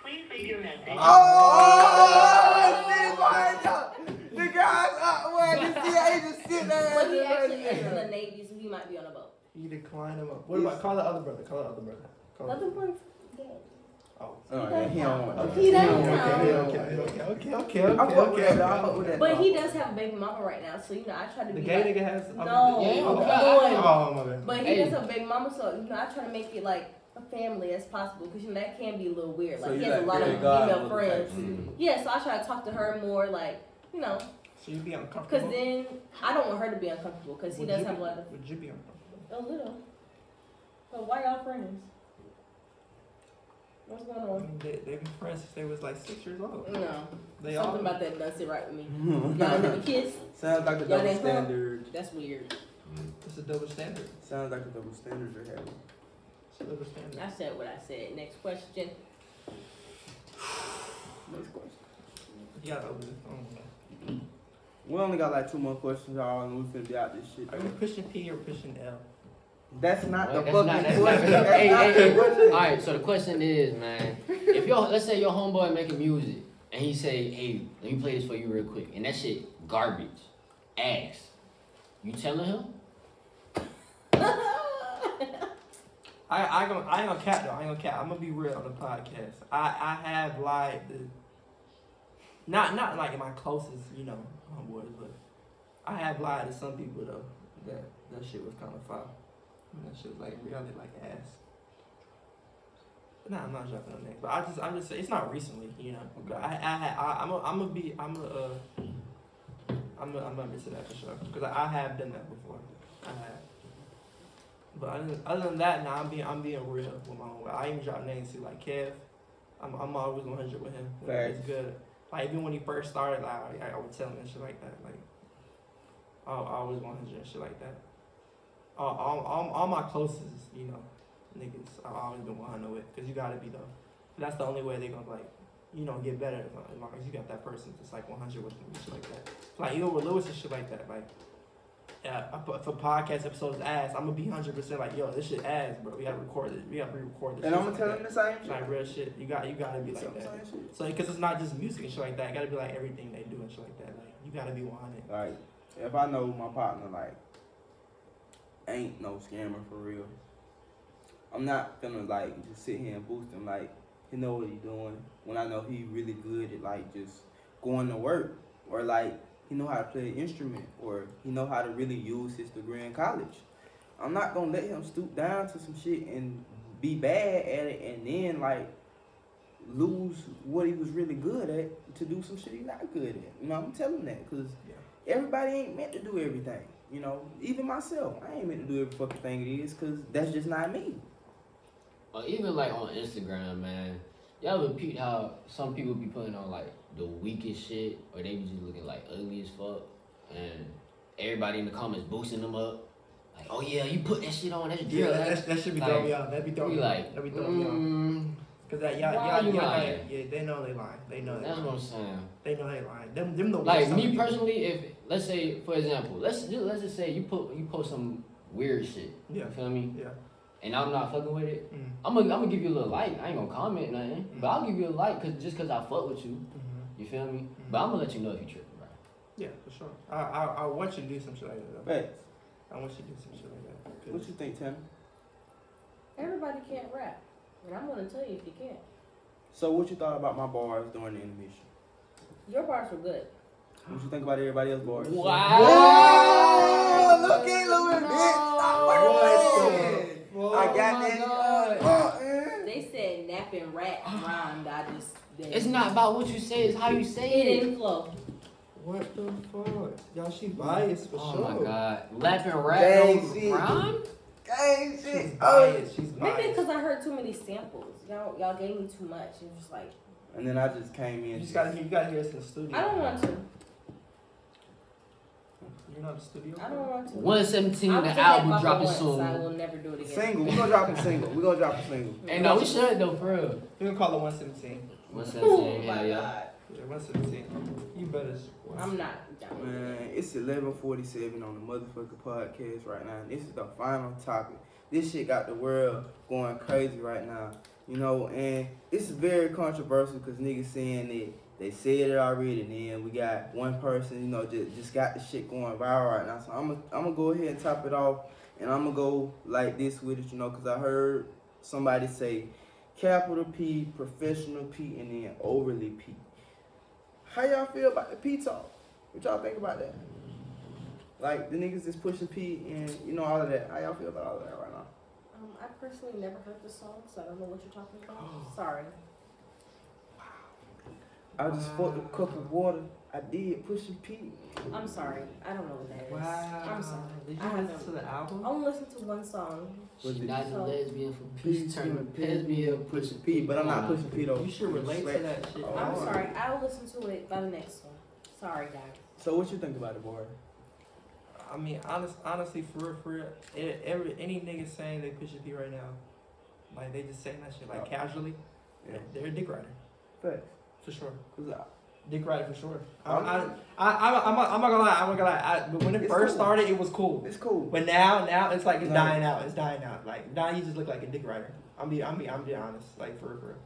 [SPEAKER 1] Please leave your message.
[SPEAKER 5] Oh, sitting behind y'all. The guys, uh, well, you see, I just sit there.
[SPEAKER 6] Well, he actually
[SPEAKER 5] Yeah.
[SPEAKER 6] is in the Navy, so he might be on a boat.
[SPEAKER 2] You decline him up. What about call the other brother? Call the other brother.
[SPEAKER 5] Oh.
[SPEAKER 2] Call
[SPEAKER 6] Another one's dead.
[SPEAKER 2] Oh.
[SPEAKER 5] All right, he don't want that.
[SPEAKER 6] He don't
[SPEAKER 5] don't want
[SPEAKER 6] count.
[SPEAKER 5] that.
[SPEAKER 2] Okay, okay,
[SPEAKER 5] He don't want that.
[SPEAKER 2] okay, okay, okay,
[SPEAKER 5] I
[SPEAKER 2] okay,
[SPEAKER 5] fuck with
[SPEAKER 2] okay.
[SPEAKER 5] that, I fuck with that.
[SPEAKER 6] But he does have a baby mama right now, so you know I try to
[SPEAKER 2] The
[SPEAKER 6] be.
[SPEAKER 2] gay
[SPEAKER 6] like,
[SPEAKER 2] nigga has.
[SPEAKER 6] no,
[SPEAKER 3] Yeah,
[SPEAKER 6] come
[SPEAKER 3] okay.
[SPEAKER 6] on.
[SPEAKER 2] Oh my bad.
[SPEAKER 6] But he
[SPEAKER 3] Hey.
[SPEAKER 6] does have a baby mama, so you know I try to make it like a family as possible, because you know that can be a little weird.
[SPEAKER 5] So
[SPEAKER 6] Like he
[SPEAKER 5] you
[SPEAKER 6] has a
[SPEAKER 5] like
[SPEAKER 6] lot of
[SPEAKER 5] fairy godmother
[SPEAKER 6] female friends.
[SPEAKER 5] type
[SPEAKER 3] Mm.
[SPEAKER 6] Yeah, so I try to talk to her more, like you know,
[SPEAKER 2] So you'd be uncomfortable.
[SPEAKER 6] because then I don't want her to be uncomfortable, because he
[SPEAKER 2] Would
[SPEAKER 6] does
[SPEAKER 2] you
[SPEAKER 6] have
[SPEAKER 2] be-
[SPEAKER 6] a lot of
[SPEAKER 2] Would you be uncomfortable?
[SPEAKER 6] a little. But why y'all friends? What's going
[SPEAKER 2] I
[SPEAKER 6] on?
[SPEAKER 2] mean, they, they've been friends since they was like six years old.
[SPEAKER 6] No,
[SPEAKER 2] They all.
[SPEAKER 6] Mm, something about that doesn't sit right with
[SPEAKER 3] <laughs>
[SPEAKER 6] me. Y'all never
[SPEAKER 5] does.
[SPEAKER 6] kiss.
[SPEAKER 5] <laughs> Sounds like a
[SPEAKER 6] Y'all
[SPEAKER 5] double
[SPEAKER 6] didn't fuck?
[SPEAKER 5] standard.
[SPEAKER 6] That's weird.
[SPEAKER 2] It's a double standard.
[SPEAKER 5] Sounds like a double standard you're having.
[SPEAKER 2] It's a double standard.
[SPEAKER 6] I said what I said. Next question.
[SPEAKER 5] Next question.
[SPEAKER 2] You gotta open this phone. man.
[SPEAKER 5] We only got like two more questions, y'all, and we finna be out this shit.
[SPEAKER 2] Are you pushing P or pushing L?
[SPEAKER 5] That's not the
[SPEAKER 3] Well,
[SPEAKER 5] fucking
[SPEAKER 3] that's not-
[SPEAKER 5] question.
[SPEAKER 3] that's not- Hey,
[SPEAKER 5] That's
[SPEAKER 3] hey,
[SPEAKER 5] not the question.
[SPEAKER 3] All right, so the question is, man, if your let's say your homeboy making music and he say, "Hey, let me play this for you real quick," and that shit garbage, ass. You telling him?
[SPEAKER 2] I I gonna I ain't gonna cap though. I ain't gonna cap. I'm gonna be real on the podcast. I I have lied. To, not not like my closest, you know, homeboys, but I have lied to some people though. That that shit was kind of foul. And that shit was like really like ass. But nah, I'm not dropping on that. But I just I'm just saying it's not recently, you know. But I I, ha- I I'm a, I'm gonna be I'm a uh, I'm a, I'm gonna to that for sure because I, I have done that before. I have. But other than, other than that, now I'm being I'm being real with my own. I even drop names to like Kev. I'm I'm always 100 with him.
[SPEAKER 5] Facts.
[SPEAKER 2] It's good. Like even when he first started, like I, I would tell him and shit like that. Like I I always 100 and shit like that. All all, all, all my closest, you know, niggas, I've always been 100 with. Cause you gotta be though. That's the only way they gonna like, you know, get better as long, as long as you got that person that's like 100 with them and shit like that. Like even with Lewis and shit like that, like. Yeah, I put for podcast episodes ass. I'm gonna be hundred percent like, yo, this shit ass, bro. We gotta record it. We gotta re-record this.
[SPEAKER 5] And
[SPEAKER 2] shit
[SPEAKER 5] I'm gonna
[SPEAKER 2] like
[SPEAKER 5] tell
[SPEAKER 2] that.
[SPEAKER 5] him the same shit.
[SPEAKER 2] like real shit. You got you gotta be like that.
[SPEAKER 5] Same shit.
[SPEAKER 2] So because it's not just music and shit like that. It gotta be like everything they do and shit like that. Like you gotta be on it.
[SPEAKER 5] Like, if I know my partner, like, ain't no scammer for real, I'm not gonna, like, just sit here and boost him. Like, he know what he doing. When I know he really good at, like, just going to work. Or, like, he know how to play an instrument. Or he know how to really use his degree in college. I'm not gonna let him stoop down to some shit and be bad at it and then, like, lose what he was really good at to do some shit he not good at. You know, I'm telling him that because everybody ain't meant to do everything. You know, even myself, I ain't meant to do every fucking thing it is because that's just not me.
[SPEAKER 3] Or even like on Instagram, man. Y'all ever peep how some people be putting on like the weakest shit, or they be just looking like ugly as fuck, and everybody in the comments boosting them up, like, "Oh yeah, you put that shit on, that's drill." that's
[SPEAKER 2] that should
[SPEAKER 3] be throwing me
[SPEAKER 2] off. That'd be
[SPEAKER 3] We like, mm,
[SPEAKER 2] Cause that
[SPEAKER 3] y'all- Why y'all- you y'all know lying?
[SPEAKER 2] yeah, they know they lying. They
[SPEAKER 3] that's what I'm saying.
[SPEAKER 2] They know they lying. Them them the
[SPEAKER 3] like me personally, if let's say for example, let's just let's just say you put you post some weird shit.
[SPEAKER 2] Yeah.
[SPEAKER 3] You feel me?
[SPEAKER 2] Yeah.
[SPEAKER 3] And I'm not fucking with it.
[SPEAKER 2] Mm.
[SPEAKER 3] I'm gonna I'm gonna give you a little like. I ain't gonna comment nothing,
[SPEAKER 5] Mm-hmm.
[SPEAKER 3] but
[SPEAKER 2] Mhm.
[SPEAKER 3] I'll give you a like cause just cause I fuck with you.
[SPEAKER 2] hmm
[SPEAKER 3] You feel me? But I'm gonna let you know if you tripping, bro.
[SPEAKER 2] Yeah, for sure. I, I I want you to do some shit like that. Though.
[SPEAKER 5] But
[SPEAKER 2] I want you to do some shit like that. 'Cause-
[SPEAKER 5] what you think, Tim?
[SPEAKER 6] Everybody can't rap, and I'm gonna tell you if you can.
[SPEAKER 5] So what you thought about my bars during the intermission?
[SPEAKER 6] Your bars were good.
[SPEAKER 5] What you think about everybody else's bars?
[SPEAKER 3] Wow.
[SPEAKER 5] Whoa, look at Louis, bitch. Stop
[SPEAKER 3] Whoa.
[SPEAKER 5] working. I got
[SPEAKER 3] Oh my
[SPEAKER 5] that.
[SPEAKER 3] God.
[SPEAKER 5] Uh, uh, uh.
[SPEAKER 3] <sighs>
[SPEAKER 6] They said nap and rap rhymed. I just that-
[SPEAKER 3] It's not about what you say, it's how you say
[SPEAKER 6] It
[SPEAKER 3] it.
[SPEAKER 6] didn't flow.
[SPEAKER 7] What the fuck? Y'all, she biased for
[SPEAKER 3] Oh
[SPEAKER 7] sure.
[SPEAKER 3] my god. Lap and rap
[SPEAKER 5] Jay-Z.
[SPEAKER 3] don't rhyme?
[SPEAKER 5] Gang
[SPEAKER 2] She's
[SPEAKER 5] shit. Oh.
[SPEAKER 2] biased. She's
[SPEAKER 6] Maybe
[SPEAKER 2] biased.
[SPEAKER 6] because I heard too many samples. Y'all, y'all gave me too much. It was like
[SPEAKER 5] And then I Oh. just came in.
[SPEAKER 2] You just gotta hear. You gotta hear us in the
[SPEAKER 6] I
[SPEAKER 2] studio.
[SPEAKER 6] don't want to.
[SPEAKER 2] You're not in the studio.
[SPEAKER 6] I don't want to.
[SPEAKER 3] 117,
[SPEAKER 6] I've done
[SPEAKER 3] the
[SPEAKER 6] that
[SPEAKER 3] album
[SPEAKER 6] fucking
[SPEAKER 3] dropping
[SPEAKER 6] once, I
[SPEAKER 3] soon.
[SPEAKER 6] will never do it again. Mm.
[SPEAKER 5] Single. We're gonna drop a single. We're gonna drop a single.
[SPEAKER 3] Hey, no, we should though, for real.
[SPEAKER 2] You can call it 117.
[SPEAKER 6] Oh
[SPEAKER 3] 117,
[SPEAKER 6] my
[SPEAKER 3] hell yeah.
[SPEAKER 6] god.
[SPEAKER 2] Yeah, 117. You better.
[SPEAKER 6] I'm not down with it.
[SPEAKER 5] Man, it's 11:47 on the motherfucking podcast right now. and This is the final topic. This shit got the world going crazy right now, you know. And it's very controversial because niggas saying it. They said it already, and then we got one person, you know, just just got the shit going viral right now. So I'm gonna I'm gonna go ahead and top it off, and I'm gonna go like this with it, you know, because I heard somebody say, capital P, professional P, and then overly P. How y'all feel about the P talk? What y'all think about that? Like the niggas is pushing P and you know all of that. How y'all feel about all of that right now?
[SPEAKER 6] Um, I personally never heard the song, so I don't know what you're talking
[SPEAKER 5] <gasps>
[SPEAKER 6] about. Sorry.
[SPEAKER 5] I just fucked a cup of water. I did pushing P.
[SPEAKER 6] I'm sorry. I don't know what that is.
[SPEAKER 2] Wow.
[SPEAKER 6] I'm sorry.
[SPEAKER 2] Did
[SPEAKER 6] I
[SPEAKER 2] you listen
[SPEAKER 6] haven't-
[SPEAKER 2] to the
[SPEAKER 6] I
[SPEAKER 2] album?
[SPEAKER 6] only listened to one song.
[SPEAKER 5] Was
[SPEAKER 3] She
[SPEAKER 5] it-
[SPEAKER 3] not a lesbian for peace, turning
[SPEAKER 5] P,
[SPEAKER 3] lesbian,
[SPEAKER 5] pushing P, but I'm not
[SPEAKER 3] Nah.
[SPEAKER 5] pushing P though.
[SPEAKER 2] You should relate to that shit.
[SPEAKER 5] Oh.
[SPEAKER 6] I'm sorry. I'll listen to it by the next one. Sorry, guys.
[SPEAKER 5] So what you think about it, boy?
[SPEAKER 2] I mean, honest, honestly, for real, for real, e- every any nigga saying they push a P right now, like they just saying that shit like casually,
[SPEAKER 5] Yeah.
[SPEAKER 2] they're a dick rider
[SPEAKER 5] Facts.
[SPEAKER 2] for sure.
[SPEAKER 5] 'Cause I-
[SPEAKER 2] Dick rider for sure. I,
[SPEAKER 5] I'm-
[SPEAKER 2] I, I, I, I'm, not- I'm not gonna lie. I'm not gonna lie. I, but when it
[SPEAKER 5] It's
[SPEAKER 2] first
[SPEAKER 5] cool.
[SPEAKER 2] started, it was cool.
[SPEAKER 5] It's cool.
[SPEAKER 2] But now, now it's like it's
[SPEAKER 5] No.
[SPEAKER 2] dying out. It's dying out. Like now, you just look like a dick rider. I'm be, I'm be, I'm be honest. Like for real, for real.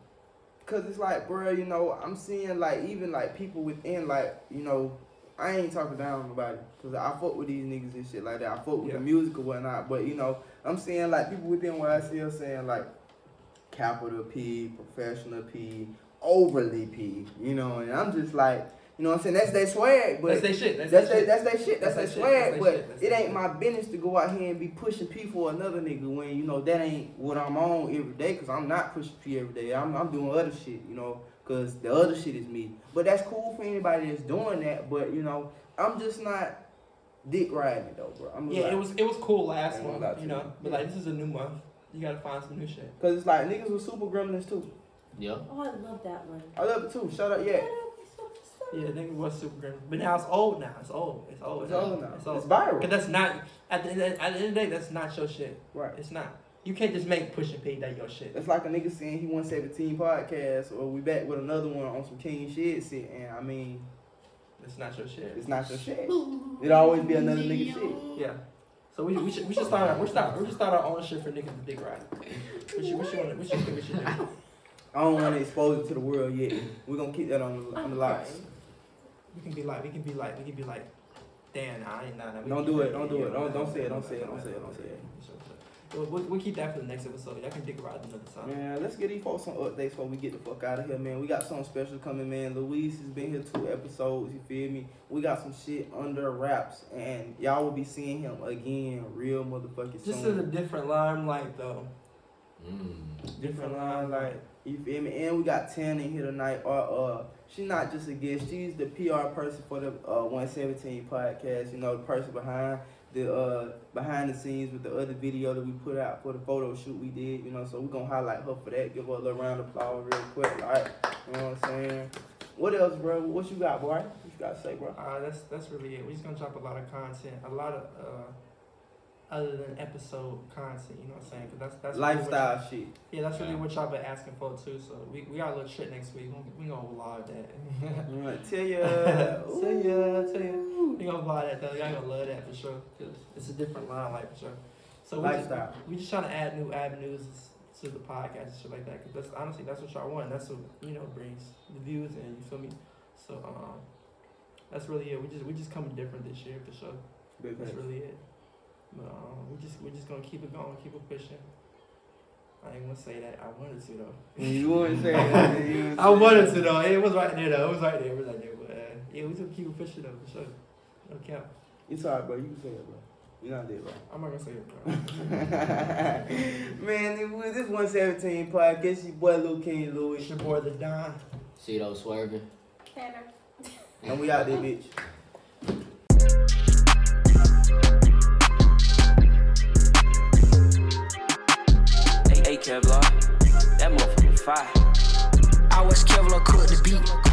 [SPEAKER 5] Cause it's like, bro, you know, I'm seeing like even like people within like, you know, I ain't talking down on nobody, cause I fuck with these niggas and shit like that. I fuck with
[SPEAKER 2] Yeah.
[SPEAKER 5] the music and whatnot, but you know, I'm seeing like people within YSL saying like, capital P, professional P, overly P, you know, and I'm just like, you know, what I'm saying that's their swag, but
[SPEAKER 2] that's they shit. That's,
[SPEAKER 5] that's
[SPEAKER 2] they
[SPEAKER 5] that,
[SPEAKER 2] shit.
[SPEAKER 5] that's that shit. That's,
[SPEAKER 2] That's
[SPEAKER 5] that
[SPEAKER 2] they shit.
[SPEAKER 5] swag.
[SPEAKER 2] That's
[SPEAKER 5] But
[SPEAKER 2] they shit. That's
[SPEAKER 5] it
[SPEAKER 2] they
[SPEAKER 5] ain't
[SPEAKER 2] shit.
[SPEAKER 5] my business to go out here and be pushing P for another nigga when you know that ain't what I'm on every day. Cause I'm not pushing P every day. I'm I'm doing other shit. You know, cause the other shit is me. But that's cool for anybody that's doing that. But you know, I'm just not dick riding it though, bro. I'm just
[SPEAKER 2] yeah,
[SPEAKER 5] like,
[SPEAKER 2] it was it was cool last
[SPEAKER 5] Ain't
[SPEAKER 2] month,
[SPEAKER 5] about
[SPEAKER 2] you
[SPEAKER 5] to.
[SPEAKER 2] know. But like this is a new month. You gotta find some new shit.
[SPEAKER 5] cause it's like niggas with super gremlins too.
[SPEAKER 3] Yeah.
[SPEAKER 6] Oh, I love that one.
[SPEAKER 5] I love it too. Shout out, yeah.
[SPEAKER 2] Yeah, nigga was super grim. But now it's old now. It's old. Oh, It's old.
[SPEAKER 5] It's old now.
[SPEAKER 2] It's
[SPEAKER 5] It's,
[SPEAKER 2] old. Cause
[SPEAKER 5] viral.
[SPEAKER 2] that's not at the, end of, at the end of the day, that's not your shit.
[SPEAKER 5] Right.
[SPEAKER 2] It's not. You can't just make push and pay that your shit.
[SPEAKER 5] It's like a nigga saying he won 17 podcasts, or we back with another one on some King shit. Shit, and I mean,
[SPEAKER 2] It's not your shit.
[SPEAKER 5] it's not your shit. It'll always be another nigga shit.
[SPEAKER 2] Yeah. So we, we should we should start our we should start we should start our own shit for niggas to dick ride. What you what you want what you think we should do?
[SPEAKER 5] I don't want to expose it to the world yet. We're gonna keep that on the, on the locks.
[SPEAKER 2] We can be like we can be like we can be like, damn, nah, I ain't nah, nah, we
[SPEAKER 5] Don't
[SPEAKER 2] keep
[SPEAKER 5] do it,
[SPEAKER 2] that.
[SPEAKER 5] don't do
[SPEAKER 2] Yeah,
[SPEAKER 5] it, don't-
[SPEAKER 2] nah,
[SPEAKER 5] don't
[SPEAKER 2] nah,
[SPEAKER 5] say it,
[SPEAKER 2] nah,
[SPEAKER 5] don't say it,
[SPEAKER 2] nah,
[SPEAKER 5] don't
[SPEAKER 2] nah,
[SPEAKER 5] say it,
[SPEAKER 2] nah,
[SPEAKER 5] don't
[SPEAKER 2] nah,
[SPEAKER 5] say it.
[SPEAKER 2] nah. We'll, we'll, we'll keep that for the next episode. Y'all can dick ride another time.
[SPEAKER 5] Man, let's get these folks some updates before we get the fuck out of here, man. We got something special coming, man. Luis has been here two episodes, you feel me? We got some shit under wraps, and y'all will be seeing him again real motherfucking
[SPEAKER 2] Just in a
[SPEAKER 5] soon.
[SPEAKER 2] different limelight though.
[SPEAKER 3] Mm.
[SPEAKER 5] different line, like you feel me? And we got Tana here tonight. Or uh, she's not just a guest; she's the PR person for the uh 117 podcast. You know, the person behind the uh behind the scenes with the other video that we put out for the photo shoot we did. You know, so we're gonna highlight her for that. Give her a little round of applause real quick. All right, you know what I'm saying? What else, bro? What you got, boy? What you got to say, bro?
[SPEAKER 2] Uh, that's that's really it. We're just gonna drop a lot of content, a lot of uh, other than episode content. You know what I'm saying? 'Cause that's that's really what-
[SPEAKER 5] Lifestyle shit.
[SPEAKER 2] <laughs> yeah, that's really what y'all been asking for too. So we, we got a little trip next week. We, we gonna vlog that. <laughs>
[SPEAKER 5] I'm like, tell ya,
[SPEAKER 2] Tell ya, tell ya.
[SPEAKER 5] Ooh.
[SPEAKER 2] we gonna vlog that though. Y'all gonna love that for sure. 'Cause it's a different line like for sure. So we just,
[SPEAKER 5] Lifestyle.
[SPEAKER 2] we just trying to add new avenues to the podcast and shit like that. 'Cause that's honestly that's what y'all want. That's what you know brings the views in. You feel me? So um, that's really it. We just we just coming different this year for sure.
[SPEAKER 5] Big
[SPEAKER 2] That's
[SPEAKER 5] facts.
[SPEAKER 2] really it. But um, we just we're just gonna keep it going, keep it pushing. I ain't gonna say that. I wanted to though.
[SPEAKER 5] You
[SPEAKER 2] <laughs>
[SPEAKER 5] wouldn't say that. <laughs> you wouldn't
[SPEAKER 2] I
[SPEAKER 5] say
[SPEAKER 2] wanted
[SPEAKER 5] that.
[SPEAKER 2] to though. It was right there though. It was right there. It was right there. But uh, yeah, we just keep it pushing though for sure. No cap.
[SPEAKER 5] It's alright, bro. You can say it, bro. You're not dead, bro. <laughs>
[SPEAKER 2] I'm not gonna say it, bro.
[SPEAKER 5] Man, it was- this 117 podcast. Your boy Lil King Louis.
[SPEAKER 2] it's your boy the Don.
[SPEAKER 3] It's See those swerving.
[SPEAKER 4] Tanner.
[SPEAKER 5] And we out there, bitch.
[SPEAKER 8] Hey, hey, Kevlar, that motherfucker fire. I was Kevlar, cook the beat.